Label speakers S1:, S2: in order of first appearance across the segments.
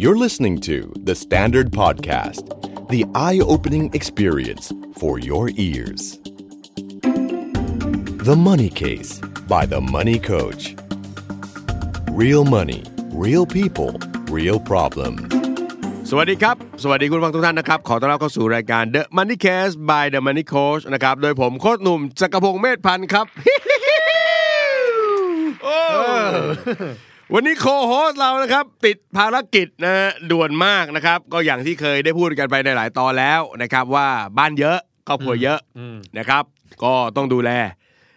S1: You're listening to The Standard Podcast, the eye opening experience for your ears. The Money Case by The Money Coach. Real money, real people, real problem.
S2: สวัสดีครับ สวัสดีคุณผู้ฟังทุกท่านนะครับ ขอต้อนรับเข้าสู่รายการ The Money Case by The Money Coach นะครับ โดยผมโคตรหนุ่มจักรพงศ์เมธพันธ์ครับ โอ้วันนี้โคโฮสต์เรานะครับ ติดภารกิจนะฮะด่วนมากนะครับ ก็อย่างที่เคยได้พูดกันไปในหลายตอนแล้วนะครับ ว่าบ้านเยอะครอบครัวเยอะนะครับ ก็ต้องดูแล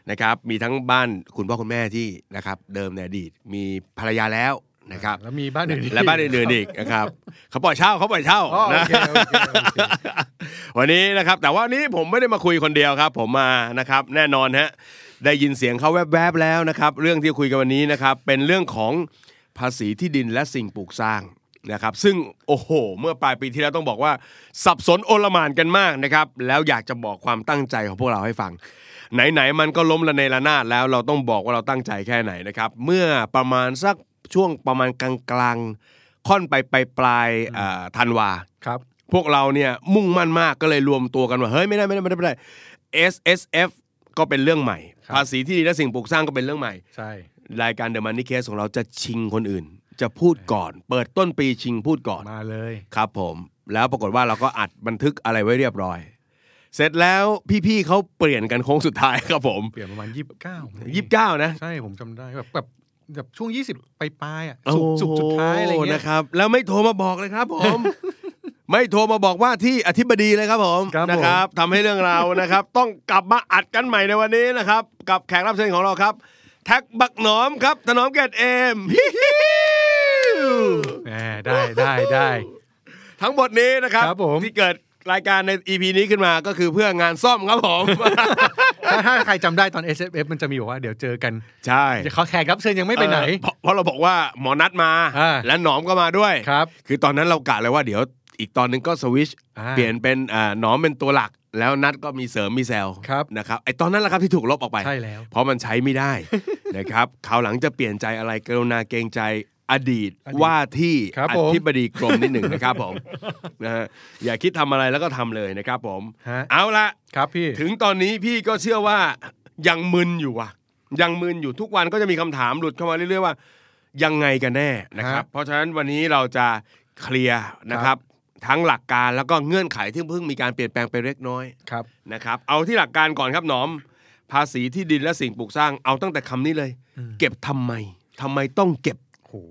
S2: นะครับ มีทั้งบ้านคุณพ่อคุณแม่ที่นะครับ เดิมในอดีตมีภรรยาแล้วนะครับ
S3: แล้วมีบ้านอื่นอีก
S2: และบ้านอื่นๆอีกนะครับเขาปล่อยเช่าเขาปล่อยเช่า
S3: อ๋อโอ
S2: นะ
S3: เคโอเคโอเค
S2: วันนี้นะครับ แต่ว่านี้ผมไม่ได้มาคุยคนเดียวครับ ผมมานะครับ แน่นอนฮะได้ยินเสียงเขาแวบๆแล้วนะครับ เรื่องที่คุยกันวันนี้นะครับ เป็นเรื่องของภาษีที่ดินและสิ่งปลูกสร้างนะครับ ซึ่งโอ้โห เมื่อปลายปีที่แล้วต้องบอกว่าสับสนโอลหมานกันมากนะครับ แล้วอยากจะบอกความตั้งใจของพวกเราให้ฟัง ไหนๆมันก็ล้มละเนระนาดแล้วเราต้องบอกว่าเราตั้งใจแค่ไหนนะครับ เมื่อประมาณสักช่วงประมาณกลางๆ ค่อนไปไปปลายๆอ่าธันวา
S3: ครับ
S2: พวกเราเนี่ยมุ่งมั่นมากก็เลยรวมตัวกันว่าเฮ้ยไม่ได้ไม่ได้ไม่ได้ไม่ได้ S S F ก็เป็นเรื่องใหม่ ภาษีที่ดินและสิ่งปลูกสร้างก็เป็นเรื่องใหม่
S3: ใช่
S2: รายการ The Money Case ของเราจะชิงคนอื่น จะพูดก่อน เปิดต้นปีชิงพูดก่อน
S3: มาเลย
S2: ครับผม แล้วปรากฏว่าเราก็อัดบันทึกอะไรไว้เรียบร้อย เสร็จแล้วพี่ๆเขาเปลี่ยนกันโค้งสุดท้ายครับผม
S3: เปลี่ยนประมาณยี่สิบเก้า
S2: ยี่สิบเก้านะ
S3: ใช่ผมจำได้แบบแบบแบบช่วงยี่สิบปลายๆอ่ะ
S2: โอ้
S3: สุก
S2: โห
S3: สุกสุดท้ายอะไรเงี้ย
S2: นะครับ แล้วไม่โทรมาบอกเลยครับผม ไม่โทรมาบอกว่าที่อธิบดีเลยครับผม
S3: ครับผม
S2: นะครับทำให้เรื่องเราวนะครับ ต้องกลับมาอัดกันใหม่ในวันนี้นะครับ กับแขกรับเชิญของเราครับ แท็กบักหนอมครับถนอมเกตเอม ฮิฮิว
S3: แหมได้ได้ได้
S2: ทั้งหมดนี้นะครับ
S3: ครับผม
S2: ที่เกิดรายการใน EP นี้ขึ้นมาก็คือเพื่องานซ่อมครับผม
S3: ถ้าถ้าใครจำได้ตอน S F F มันจะมีบอกว่าเดี๋ยวเจอกัน
S2: ใช่
S3: เขาแขกรับเชิญยังไม่ไปไหน
S2: เออเพราะเพราะเราบอกว่าหมอนัดมา
S3: อ่า
S2: และหนอมก็มาด้วย
S3: ครับ
S2: คือตอนนั้นเรากะเลยว่าเดี๋ยวอีกตอนหนึงก็สวิช
S3: อ่า
S2: เปลี่ยนเป็นอ่าหนอมเป็นตัวหลัก แล้วนัดก็มีเสริมมีแซล
S3: ครับ
S2: นะครับไอตอนนั้นแหละครับที่ถูกลบออกไป
S3: ใช่แล้ว
S2: เพราะมันใช้ไม่ได้ นะครับคราวหลังจะเปลี่ยนใจอะไรกรุณาเกรงใจอดีต
S3: อดีต
S2: ว่าที่
S3: ครับ
S2: อ
S3: ผม
S2: ธิบดีกรมนิดหนึ่งนะครับ ผม นะฮะอย่าคิดทำอะไรแล้วก็ทำเลยนะครับผม
S3: ฮะ
S2: เอาละ
S3: ครับพี่
S2: ถึงตอนนี้พี่ก็เชื่อว่ายังมึนอยู่อะยังมึนอยู่ทุกวันก็จะมีคำถามหลุดเข้ามาเรื่อยๆว่า ยังไงกันแน่นะครับ เพราะฉะนั้นวันนี้เราจะเคลียร์นะครับ ทั้งหลักการแล้วก็เงื่อนไขที่เพิ่งมีการเปลี่ยนแปลงไปเล็กน้อย
S3: ครับ
S2: นะครับเอาที่หลักการก่อนครับหนอม ภาษีที่ดินและสิ่งปลูกสร้างเอาตั้งแต่คำนี้เลย เก็บทำไมทำไมต้องเก็บ
S3: โห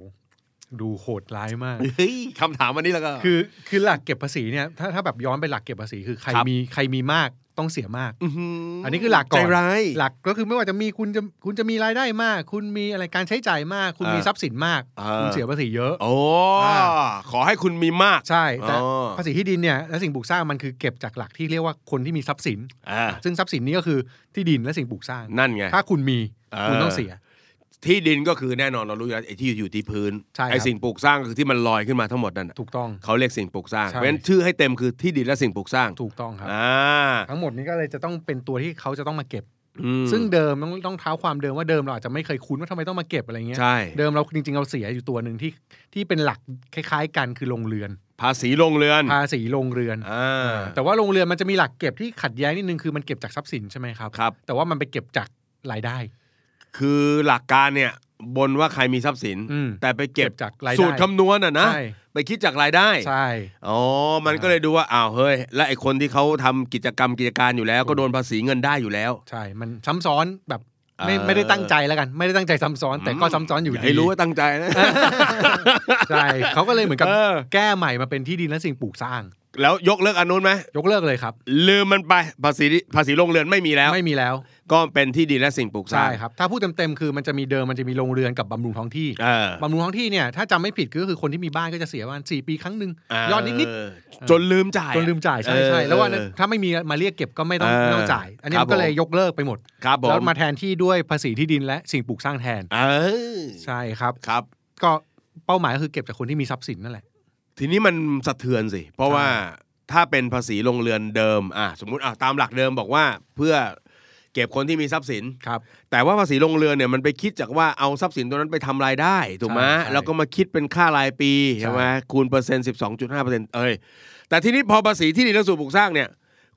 S3: ดูโหดร้ายมาก
S2: เฮ้ยคำถามวันนี้แล้วก็
S3: คือคือหลักเก็บภาษีเนี่ยถ้าถ้าแบบย้อนไปหลักเก็บภาษีคือใคร
S2: ครับ
S3: มีใครมีมากต้องเสียมาก
S2: หื
S3: อันนี้คือหลักก่อน
S2: ใจร้าย
S3: หลักก็คือไม่ว่าจะมีคุณจะคุณจะมีรายได้มาก คุณมีอะไรการใช้จ่ายมาก คุณมี
S2: เออ
S3: ทรัพย์สินมาก
S2: เออ
S3: คุณเสียภาษีเยอะ
S2: โอ้
S3: อ่า
S2: ขอให้คุณมีมาก
S3: ใช่แต่
S2: อ๋อ
S3: ภาษีที่ดินเนี่ยและสิ่งปลูกสร้างมันคือเก็บจากหลักที่เรียกว่าคนที่มีทรัพย์สิน
S2: อ่า
S3: ซึ่งทรัพย์สินนี้ก็คือที่ดินและสิ่งปลูกสร้าง
S2: นั่นไง
S3: ถ้าคุณมี
S2: เออ
S3: คุณต้องเสีย
S2: ที่ดินก็คือแน่นอนเรารู้อยู่แล้วไอ้ที่อยู่ที่พื้น
S3: ใช่ครับ
S2: ไอ้สิ่งปลูกสร้างก็คือที่มันลอยขึ้นมาทั้งหมดนั่นน่ะ
S3: ถูกต้อง
S2: เขาเรียกสิ่งปลูกสร้าง
S3: ใช่
S2: เพราะฉะนั้นชื่อให้เต็มคือที่ดินและสิ่งปลูกสร้าง
S3: ถูกต้องครับ
S2: อ่า
S3: ทั้งหมดนี้ก็เลยจะต้องเป็นตัวที่เขาจะต้องมาเก็บ
S2: อืม
S3: ซึ่งเดิมต้องต้องเท้าความเดิมว่าเดิมเราอาจจะไม่เคยคุ้นว่าทำไมต้องมาเก็บอะไรเงี้ย
S2: ใช่
S3: เดิมเราจริงๆเราเสียอยู่ตัวหนึ่งที่ที่เป็นหลักคล้าย ๆ กันคือโรงเรือน
S2: ภาษีโรงเรือน
S3: ภาษีโรงเรือน
S2: อ่า
S3: แต่ว่าโรงเรือนมันจะมีหลักเก็บที่ขัดแย้งนิดนึงคือมันเก็บจากทรัพย์สินใช่ไหมครับ
S2: ครับ
S3: แต่ว่ามันไปเก็บจากรายได้
S2: คือหลักการเนี่ยบนว่าใครมีทรัพย์สิน
S3: อืม
S2: แต่ไปเก็บ
S3: เก็บจากรายได้
S2: สูตรคำนวณอ่ะนะ
S3: ใช่
S2: ไปคิดจากรายได้
S3: ใช่
S2: อ๋อมันก็เลยดูว่าอ้าวเฮ้ย และไอคนที่เขาทำกิจกรรมกิจการอยู่แล้ว ก็โดนภาษีเงินได้อยู่แล้ว
S3: ใช่ มันซ้ำซ้อนแบบไม่
S2: เออ
S3: ไม่ได้ตั้งใจแล้วกัน ไม่ได้ตั้งใจซ้ำซ้อน แต่ก็ซ้ำซ้อนอ
S2: า
S3: ยู่ดี
S2: ให้รู้ว่าตั้งใจนะ
S3: ใช่เขาก็เลยเหมือนกับ
S2: เออ
S3: แก้ใหม่มาเป็นที่ดินและสิ่งปลูกสร้าง
S2: แล้วยกเลิกอันนู้นไหม
S3: ยกเลิกเลยครับ
S2: ลืมมันไปภาษีภาษีโรงเรือนไม่มีแล้ว
S3: ไม่มีแล้ว
S2: ก็เป็นที่ดินและสิ่งปลูกสร้า
S3: ใช่
S2: ง
S3: ครับ ถ้าพูดเต็มๆคือมันจะมีเดิมมันจะมีโรงเรือนกับบำรุงท้องที่
S2: เออบ
S3: ำรุงท้องที่เนี่ยถ้าจำไม่ผิดก็คือคนที่มีบ้านก็จะเสียวันสี่ปีครั้งหนึ่งยอดนิดๆ
S2: เจนลืมจ่าย
S3: จนลืมจ่ายใช่ใช่
S2: เออ
S3: แล้วว่านั้นถ้าไม่มีมาเรียกเก็บก็ไม่ต้อง
S2: เออ
S3: ไม่ต้องจ่าย อันนี้
S2: ครับ
S3: มันก็เลย
S2: ผม
S3: ยกเลิกไปหมด
S2: ครับผม
S3: แล้วมาแทนที่ด้วยภาษีที่ดินและสิ่งปลูกสร้างแทน
S2: เออ
S3: ใช่ครับ
S2: ครับ
S3: ก็เป้าหมายก็คือเก็บจากคนที่มีทรัพย์สินนั่นแหละ
S2: ทีนี้มันสะเทือนสิ เพราะว่าถ้าเป็นภาษีโรงเรือนเดิม อ่ะสมมุติอ่ะตามหลักเดิมบอกว่าเพื่อ เก็บคนที่มีทรัพย์สิน
S3: ครับ
S2: แต่ว่าภาษีโรงเรือนเนี่ยมันไปคิดจากว่าเอาทรัพย์สินตัวนั้นไปทำรายได้ถูกไหม
S3: ใช่ใช่
S2: แล้วก็มาคิดเป็นค่ารายปีใช่ไหม
S3: ใช่
S2: คูณเปอร์เซ็นต์สิบสองจุดห้าเปอร์เซ็นต์เอ้ยแต่ทีนี้พอภาษีที่ดินและสิ่งปลูกสร้างเนี่ย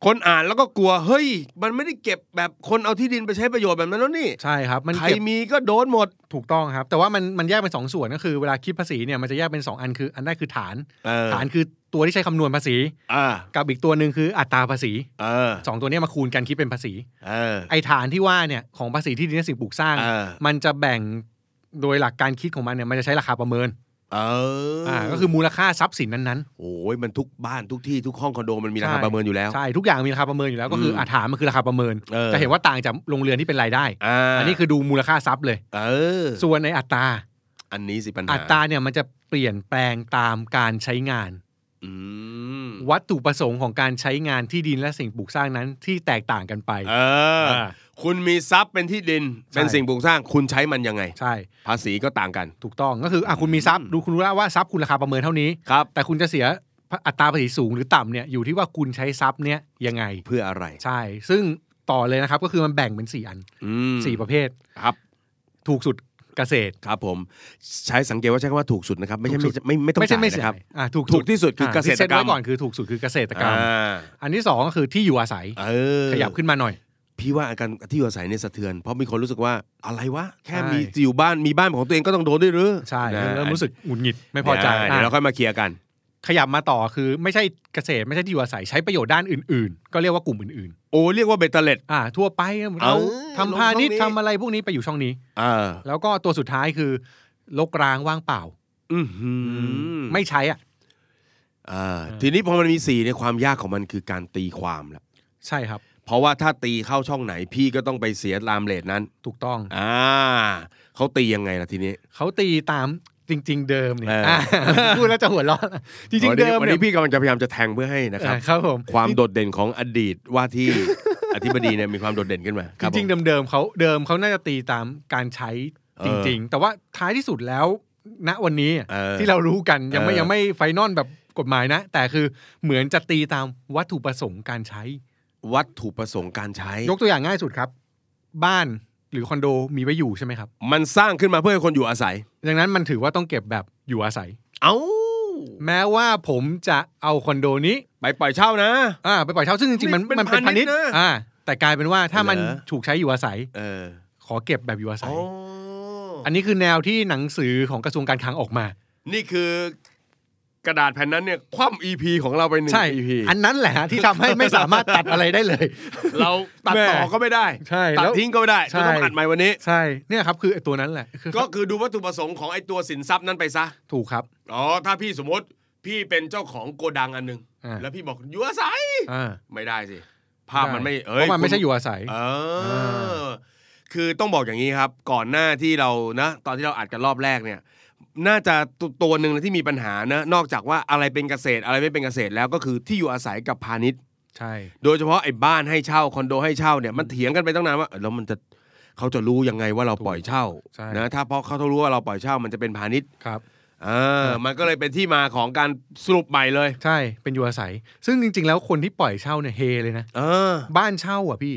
S2: คนอ่านแล้วก็กลัวเฮ้ย มันไม่ได้เก็บแบบคนเอาที่ดินไปใช้ประโยชน์แบบนั้นแล้วนี่
S3: ใช่ครับ มัน
S2: ใคร
S3: เก็บ
S2: มีก็โดนหมด
S3: ถูกต้องครับ แต่ว่ามันมันแยกเป็นสองส่วนก็คือเวลาคิดภาษีเนี่ยมันจะแยกเป็นสองอันคือ อันแรกคือฐาน
S2: เออ
S3: ฐานคือตัวที่ใช้คำนวณภาษี
S2: อ่า
S3: กับอีกตัวหนึ่งคืออัตราภาษี
S2: เออ
S3: สองตัวเนี้มาคูณกันคิดเป็นภาษี
S2: เออ
S3: ไอ้ฐานที่ว่าเนี่ยของภาษีที่ดินและสิ่งปลูกสร้าง
S2: เออ
S3: มันจะแบ่งโดยหลักการคิดของมันเนี่ยมันจะใช้ราคาประเมิน
S2: เอออ่า
S3: อ่าก็คือมูลค่าทรัพย์สินนั้น
S2: โอ้ยมันทุกบ้านทุกที่ทุกห้องคอนโดมันมีราคาประเมินอยู่แล้ว
S3: ๆใช่ทุกอย่างมีราคาประเมินอยู่แล้วก็คือ
S2: ม
S3: อาฐานมันคือราคาประเมิน
S2: เออ
S3: จะเห็นว่าต่างจากโรงเรือนที่เป็นรายได้
S2: อ่า
S3: อันนี้คือดูมูลค่าทรัพย์เลย
S2: เออ
S3: ส่วนในอัตรา
S2: อันนี้สิปัญหา
S3: อัตราเนี่ยมันจะเปลี่ยนแปลงตามการใช้งาน
S2: อืม
S3: วัตถุประสงค์ของการใช้งานที่ดินและสิ่งปลูกสร้างนั้นที่แตกต่างกันไป
S2: เออ
S3: อ่า
S2: คุณมีทรัพย์เป็นที่ดิน
S3: ใช่
S2: เป็นสิ่งปลูกสร้างคุณใช้มันยังไง
S3: ใช่
S2: ภาษีก็ต่างกัน
S3: ถูกต้องก็คืออ่ะคุณมีทรัพย์ดูคุณรู้แล้วว่าทรัพย์คุณราคาประเมินเท่านี้
S2: ครับ
S3: แต่คุณจะเสียอัตราภาษีสูงหรือต่ำเนี่ยอยู่ที่ว่าคุณใช้ทรัพย์เนี่ยยังไง
S2: เพื่ออะไร
S3: ใช่ ซึ่งต่อเลยนะครับก็คือมันแบ่งเป็น 4 อัน
S2: อืม
S3: 4 ประเภท
S2: ครับ
S3: ถูกสุดเกษตร
S2: ครับผม ใช้สังเกตว่าใช้คำว่าถูกสุดนะครับ ไม่ใช่ไม่
S3: ถูกสุด
S2: ไม่ไม่ต้อง
S3: ไม่ใช่
S2: จ่าย
S3: ไม่เสีย
S2: นะครับ
S3: อ่ะถูก
S2: ถูกที่สุดคือเกษตรกรรม
S3: ที่เซ็นไว้ก่อนคือถูกสุดคือเกษตรกรรม
S2: อ่า
S3: อันที่สองก็คือที่อยู่อาศัย
S2: เออ
S3: ขยับขึ้นมาหน่อย
S2: พี่ว่าอาการที่อยู่อาศัยเนี่ยสะเทือน เพราะมีคนรู้สึกว่าอะไรวะ แค่
S3: ใช่
S2: มีอยู่บ้านมีบ้านของตัวเองก็ต้องโดนด้วยหรือ
S3: ใช่
S2: นะ
S3: เริ่มรู้สึกหงุดหงิดไม่พอใจ
S2: เดี๋ยวเรา
S3: อ่ะ
S2: ค่อยมาเคลียร์กัน
S3: ขยับมาต่อคือไม่ใช่เกษตรไม่ใช่ที่อยู่อาศัยใช้ประโยชน์ด้านอื่น ๆ ก็เรียกว่ากลุ่มอื่น
S2: โอ้เรียกว่าเบตเตอร์เลต
S3: ๆอ่ะทั่วไปเรา
S2: เออ
S3: ทำพาณิชย์
S2: ลงช่องนี้
S3: ทำอะไรพวกนี้ไปอยู่ช่องนี้
S2: เออ
S3: แล้วก็ตัวสุดท้ายคือลกร้างว่างเปล่า
S2: อือหือ
S3: ไม่ใช้อ่ะ
S2: เออทีนี้พอมันมีสี่ในยความยากของมันคือการตีความละ
S3: ใช่ครับ
S2: เพราะว่าถ้าตีเข้าช่องไหนพี่ก็ต้องไปเสียตามเลทนั้น
S3: ถูกต้อง
S2: อ่าเขาตียังไงล่ะทีนี้
S3: เขาตีตามจริง ๆ เดิมเนี่ย
S2: เอออ่
S3: ะ พูดแล้วจะหัวเร้อนจริง
S2: วัน
S3: ๆ
S2: นี้
S3: เดิม
S2: วัน
S3: เนี่
S2: นี้
S3: ย
S2: พี่กำลังจะพยายามจะแทงเพื่อให้นะครับ
S3: อ่ะครับผม
S2: ความโดดเด่นของอดีตว่าที่ อธิบดีเนี่ยมีความโดดเด่นขึ้น มาค
S3: จ
S2: บผม
S3: ริงๆเดิมๆเขาเดิมเขาน่าจะตีตามการใช้จริง ๆ แต่ว่าท้ายที่สุดแล้ว ณวันนี้
S2: เออ
S3: ที่เรารู้กันยังไม่
S2: เออ
S3: ยังไม่ไฟนอลแบบกฎหมายนะ แต่คือเหมือนจะตีตามวัตถุประสงค์การใช้
S2: วัตถุประสงค์การใช้
S3: ยกตัวอย่างง่ายสุดครับ บ้านหรือคอนโดมีไว้อยู่ใช่ไหมครับ
S2: มันสร้างขึ้นมาเพื่อให้คนอยู่อาศัย
S3: ดังนั้นมันถือว่าต้องเก็บแบบอยู่อาศัย
S2: เอ้า
S3: แม้ว่าผมจะเอาคอนโดนี้
S2: ไปปล่อยเช่านะ
S3: อ่าไปปล่อยเช่าซึ่งจริงๆมัน
S2: เป็น
S3: มันเป็น
S2: พา
S3: พา
S2: ณิ
S3: ณิ
S2: ช
S3: ช
S2: ย์
S3: ย์
S2: นะ
S3: อ่าแต่กลายเป็นว่าถ้ามัน
S2: เหรอ
S3: ถูกใช้อยู่อาศัย
S2: เออ
S3: ขอเก็บแบบอยู่อาศั
S2: อ๋
S3: ย
S2: อ
S3: อันนี้คือแนวที่หนังสือของกระทรวงการคลังออกมา
S2: นี่คือกระดาษแผ่นนั้นเนี่ย คว่ำ EP ของเราไปหนึ่ง
S3: ใช่
S2: EP
S3: อันนั้นแหละฮะที่ทำให้ไม่สามารถตัดอะไรได้เลย
S2: เราตัดต่อ
S3: แม่
S2: ก็ไม่ได้
S3: ใช่
S2: ตัด
S3: แล้ว
S2: ทิ้งก็ไม่ได้
S3: ใช่
S2: ก็ต้องอัดใหม่วันนี้
S3: ใช่เนี่ยครับคือไอ้ตัวนั้นแหละคือ
S2: ก็คือดูวัตถุประสงค์ของไอ้ตัวสินทรัพย์นั้นไปซะ
S3: ถูกครับ
S2: อ๋อ ถ้าพี่สมมติพี่เป็นเจ้าของโกดังอันหนึ่ง
S3: อ่า
S2: แล้วพี่บอกอยู่อาศัย
S3: อ่า
S2: ไม่ได้สิ ภาพมันไม่
S3: ด้
S2: เอ้
S3: เพ
S2: ย
S3: ราะมันไม่ใช่
S2: คุณ
S3: อยู่อาศัย
S2: เอ
S3: เอ
S2: อ
S3: อ
S2: คือต้องบอกอย่างนี้ครับ ก่อนหน้าที่เรานะ ตอนที่เราอัดกันรอบแรกเนี่ย น่าจะตัวตัวหนึ่งนะที่มีปัญหานะนอกจากว่าอะไรเป็นเกษตรอะไรไม่เป็นเกษตรแล้วก็คือที่อยู่อาศัยกับพาณิชย์
S3: ใช่
S2: โดยเฉพาะไอ้บ้านให้เช่าคอนโดให้เช่าเนี่ยมันเถียงกันไปตั้งนานว่าเอ้ยแล้วมันจะเขาจะรู้ยังไงว่าเราปล่อยเช่า
S3: ใช่
S2: นะถ้าเพราะเขารู้ว่าเราปล่อยเช่ามันจะเป็นพาณิชย์
S3: ครับ
S2: เออมันก็เลยเป็นที่มาของการสรุปใหม่เลย
S3: ใช่เป็นอยู่อาศัย ซึ่งจริง ๆ แล้วคนที่ปล่อยเช่าเนี่ยเฮเลยนะ
S2: เออ
S3: บ้านเช่าอ่ะพี่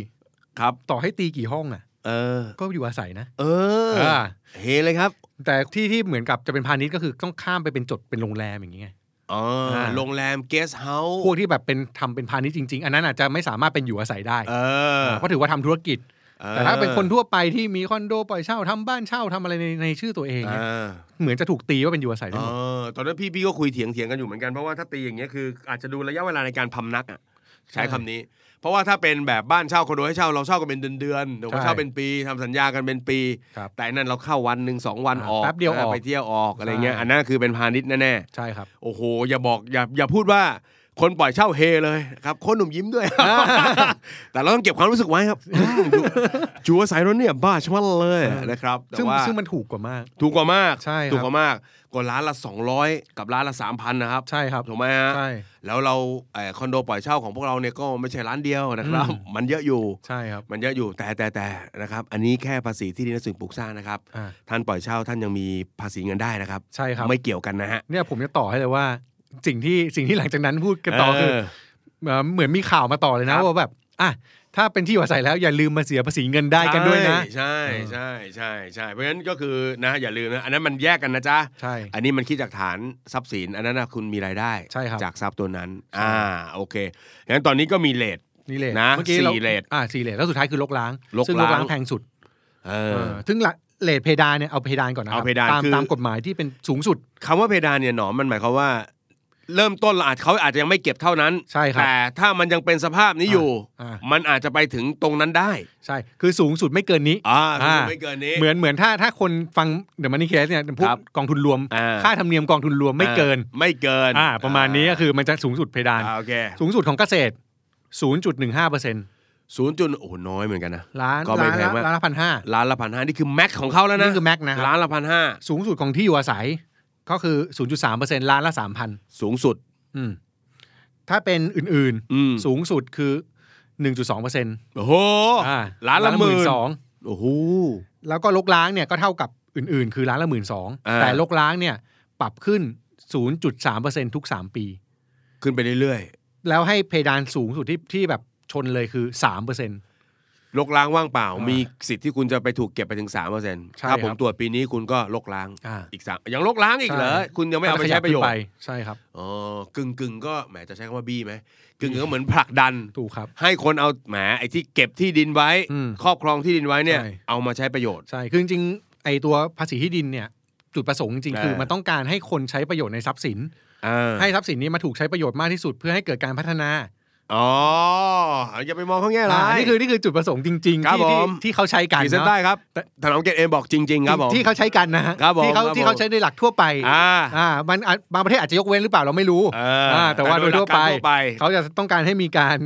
S2: ครับ
S3: ต่อให้ตีกี่ห้องอ่ะ
S2: เออ
S3: ก็อยู่อาศัยนะ
S2: เออ
S3: อ่า
S2: เฮเลยครับ
S3: แต่ที่ที่เหมือนกับจะเป็นพาณิชย์ก็คือต้องข้ามไปเป็นจดเป็นโรงแรมอย่างนี้ไง
S2: อ๋ออา โรงแรมเกสเฮาส์
S3: พวกที่แบบเป็นทำเป็นพาณิชย์จริง ๆ อันนั้นอาจจะไม่สามารถเป็นอยู่อาศัยได้
S2: เออ
S3: เพราะถือว่าทำธุรกิจ แต่ถ้าเป็นคนทั่วไปที่มีคอนโดปล่อยเช่าทำบ้านเช่าทำอะไรในในชื่อตัวเอง
S2: เอ
S3: เนี่ย
S2: อ
S3: เหมือนจะถูกตีว่าเป็นอยู่อาศัย
S2: เอ
S3: ทั้งหมด
S2: อตอนนั้นพี่พี่ก็คุยเถียงเถียงกันอยู่เหมือนกันเพราะว่าถ้าตีอย่างเงี้ยคืออาจจะดูระยะเวลาในการพำนักอ่ะใช้คำนี้ เพราะว่าถ้าเป็นแบบบ้านเช่าคอนโดให้เช่าเราเช่ากันเป็นเดือนๆหรือว่าเช่าเป็นปีทำสัญญากันเป็นปี
S3: ครับ
S2: แต่อันนั่นเราเข้าวันหนึ่งสองวัน
S3: อ่า
S2: ออก
S3: แป๊บเดียวออก
S2: ไปเที่ยวออกอะไรเงี้ยอันนั้นคือเป็นพาณิชย์แน่
S3: ใช่ครับ
S2: ๆโอ้โหอย่าบอกอย่าอย่าพูดว่าคนปล่อยเช่าเฮเลยครับคนหนุ่มยิ้มด้วย แต่เราต้องเก็บความรู้สึกไว้ครับ จู วาสายรถเนี่ยบ้าชะมัดเลยนะครับแต่
S3: ซึ่ง
S2: ว่า
S3: ซึ่งมันถูกกว่ามาก
S2: ถูกกว่ามาก
S3: ใช่ครับ
S2: ถูกกว่ามากกว่าร้านละ 200 กับร้านละ 3,000 นะครับ
S3: ใช่ครับ
S2: ถูกไหมฮะ
S3: ใช่
S2: แล้วเราเอ่อคอนโดปล่อยเช่าของพวกเราเนี่ยก็ไม่ใช่ร้านเดียวนะครับ มันเยอะอยู่
S3: ใช่ครับ
S2: มันเยอะอยู่แต่แต่แต่นะครับ อันนี้แค่ภาษีที่ดินและสิ่งปลูกสร้างนะครับ
S3: อ่า
S2: ท่านปล่อยเช่าท่านยังมีภาษีเงินได้นะครับ
S3: ใช่ครับ
S2: ไม่เกี่ยวกันนะฮะ
S3: เนี่ยผมจะต่อให้เลยว่า สิ่งที่สิ่งที่หลังจากนั้นพูดกันต่อคือ
S2: เ
S3: เอ่อเหมือนมีข่าวมาต่อเลยนะครับ ว่าแบบ อ่ะถ้าเป็นที่อยู่อาศัยแล้วอย่าลืมมาเสียภาษีเงินได้กันด้วยนะ
S2: ใช่ใช่ใช่ใช่ เพราะฉะนั้นก็คือนะอย่าลืมนะ อันนั้นมันแยกกันนะจ๊ะ
S3: ใช่
S2: อันนี้มันคิดจากฐานทรัพย์สิน อันนั้นนะคุณมีรายได้
S3: ใช่ครับ
S2: จากทรัพย์ตัวนั้น อ่าโอเคงั้นตอนนี้ก็มีเลท
S3: นี่เลท
S2: นะ
S3: เมื่อกี้รา
S2: สี่เลท
S3: อ่ะสี่เลทแล้วสุดท้ายคือลกล้าง
S2: ลกล้าง
S3: ซึ่งลกล้างแพงสุด
S2: เอ
S3: เอ
S2: อ
S3: อซึ่งละเลทเพดานเนี่ยเอาเพดานก่อนนะครั
S2: เอาเพดาน
S3: ตาม
S2: คือ
S3: ตามกฎหมายที่เป็นสูงสุด
S2: คำว่าเพดานเนี่ยหนอมมันหมายความว่า เริ่มต้นเราอาจเขาอาจจะยังไม่เก็บเท่านั้น
S3: ใช่ครับ
S2: แต่ถ้ามันยังเป็นสภาพนี้อยู่
S3: อ่า
S2: มันอาจจะไปถึงตรงนั้นได้
S3: ใช่ คือสูงสุดไม่เกินนี้
S2: อ่า
S3: อ่า
S2: ไม่เกินนี้
S3: เหมือนเหมือนถ้าถ้าคนฟังเด e m มันนี่เคสเนี่ยพวก
S2: ครับ
S3: กองทุนรวม
S2: อ่า
S3: ค่าธรรมเนียมกองทุนรวมไม่เกิน
S2: อ่าไม่เกิน
S3: อ่าประมาณนี้ก็คือมันจะสูงสุดเพดาน
S2: อ่าโอเค
S3: สูงสุดของเกษตร 0.15%
S2: ศูนย์จุดโอ้โหน้อยเหมือนกันนะ
S3: ล้าน
S2: ก็ไม่
S3: ล้าน
S2: แพงมาก
S3: ละล้านละพันห้า
S2: ล้านละพันห้านี่คือแม็กของเขาแล้วนะ
S3: นี่คือ max นะครับ
S2: ล้านละพันห้า
S3: สูงสุดของที่อยู่อาศัยก็คือ 0.3%ล้านละ 3,000
S2: สูงสุด
S3: อืมถ้าเป็นอื่น
S2: อืม
S3: ๆ สูงสุดคือ 1.2%
S2: โอ้โห
S3: อ่า
S2: ล้านละหมื่น
S3: สอง
S2: โอ้โห
S3: แล้วก็ลกล้างเนี่ยก็เท่ากับอื่นๆ คือล้านละหมื่นสอง
S2: อ่า
S3: แต่ลกล้างเนี่ยปรับขึ้น 0.3%ทุก 3 ปี
S2: ขึ้นไปเรื่อย
S3: แล้วให้เพดานสูงสุดที่ที่แบบชนเลยคือ 3%
S2: ๆลกล้างว่างเปล่า
S3: อ่ามี
S2: มีสิทธิ์ที่คุณจะไปถูกเก็บไปถึงสามเปอร์เซ็นต์
S3: ใช่
S2: ถ้าผม
S3: ครับ
S2: ตรวจปีนี้คุณก็ลกล้าง
S3: อ่า
S2: อีกสามยังลกล้างอีกเหรอ
S3: ใช่
S2: คุณยังไม่เอาไปใช้ประโยช
S3: ขบขึ้
S2: น์
S3: ใช่ครับ
S2: อ๋อกึ่งกึ่งๆก็แหมจะใช้คำว่าบี้ไหมกึ่งๆก็เหมือนผลักดัน
S3: ถูกครับ
S2: ให้คนเอาแหมไอ้ที่เก็บที่ดินไว้
S3: อืม
S2: ครอบครองที่ดินไว้เนี่ย
S3: ใช่
S2: เอามาใช้ประโยชน์
S3: ใช่ คือจริงๆไอตัวภาษีที่ดินเนี่ยจุดประสงค์จริงๆคือ
S2: เออ
S3: มันต้องการให้คนใช้ประโยชน์ในทรัพย์สิน
S2: อ่า
S3: ให้ทรัพย์สินนี้มาถูกใช้ประโยชน์มากที่สุดเพื่อให้เกิดการพัฒนา
S2: อ๋ออย่าไปมองเขาแง่ร้า
S3: อ่าย นี่คือนี่คือจุดประสงค์จริง ๆ
S2: ครับ
S3: ที่ที่
S2: ผม
S3: ที่เขาใช้กัน
S2: ขีดเส้น
S3: เนาะ
S2: ใต้ครับถนอมเกยรตเอ็มบอกจริง ๆ ครับผม
S3: ที่เขาใช้กันนะฮะ
S2: ครับผม
S3: ที่เขา
S2: ครับผม
S3: ที่เขาใช้ในหลักทั่วไป
S2: อ่า
S3: อ่ามันอาจบางประเทศอาจจะยกเว้นหรือเปล่าเราไม่รู้
S2: เอออ่
S3: าแต่ว่าโดยทั่วไป
S2: แต่โดยหลักการทั่วไป
S3: เขาจะต้องการให้มีการ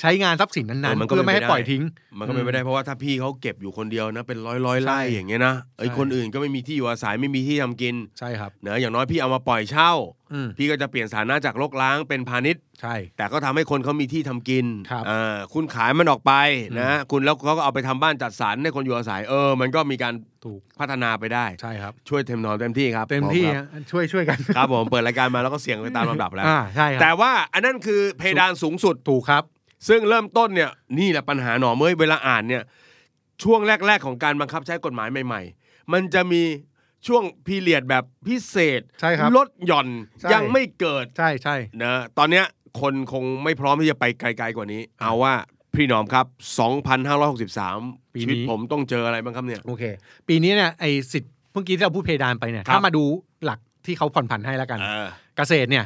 S3: ใช้งานทรัพย์สิน
S2: เอ
S3: นั้
S2: อน มัน
S3: ๆ
S2: ก็
S3: เพื่อไม่ให้
S2: เป็นไปได้
S3: ปล่อยทิ้ง
S2: มันก็เป็นไปได้เพราะว่าถ้าพี่เขาเก็บอยู่คนเดียวนะเป็นร้อยร้อยๆไร่
S3: ใช่
S2: อย่างเงี้ยนะไอ้ย
S3: ใช่
S2: คนอื่นก็ไม่มีที่อยู่อาศัยไม่มีที่ทำกิน
S3: ใช่ครับ
S2: เนอะอย่างน้อยพี่เอามาปล่อยเช่า
S3: อืม
S2: พี่ก็จะเปลี่ยนสถานะจากรกร้างเป็นพาณิชย์
S3: ใช่
S2: แต่ก็ทำให้คนเขามีที่ทำกิน
S3: ครับ
S2: เอ่าคุณขายมันออกไปนะคุณแล้วเขาก็เอาไปทำบ้านจัดสรรให้คนอยู่อาศัยเออ มันก็มีการ
S3: ถูก
S2: พัฒนาไปได้
S3: ใช่ครับ
S2: ช่วยเต็มนอนเต็มที่ครับ
S3: เต็มที่
S2: ผ
S3: ฮะช่วยช่วยกัน
S2: ครับครับผมเปิดรายการมาแล้วก็เสี่ยงไปตามลำดับแล้ว
S3: อ่าใช่ค
S2: แต่
S3: รับ
S2: ว่าอันนั้นคือเพดานสูงสุด
S3: ถูกครับ
S2: ซึ่งเริ่มต้นเนี่ยนี่แหละปัญหาหนอเมื่อยเวลาอ่านเนี่ยช่วงแรก ๆ ของการบังคับใช้กฎหมายใหม่ ๆ มันจะมีช่วงพีเรียดแบบพิเศษ
S3: ใช่ครับ
S2: ลดหย่อน
S3: ใช่
S2: ยังไม่เกิด
S3: ใช่ใช่
S2: นะตอนเนี้ยคนคงไม่พร้อมที่จะไปไกล ๆ กว่านี้ เอาว่าพี่หนอมครับ 2,563
S3: ปีนี้
S2: ชีวิตผมต้องเจออะไรบ้างครับเนี่ย
S3: โอเค ปีนี้เนี่ยไอสิทธิ์เมื่อกี้ที่เราพูดเพดานไปเนี่ย
S2: ครับ
S3: ถ้ามาดูหลักที่เขาผ่อนผันให้แล้วกัน
S2: เออ
S3: เกษตรเนี่ย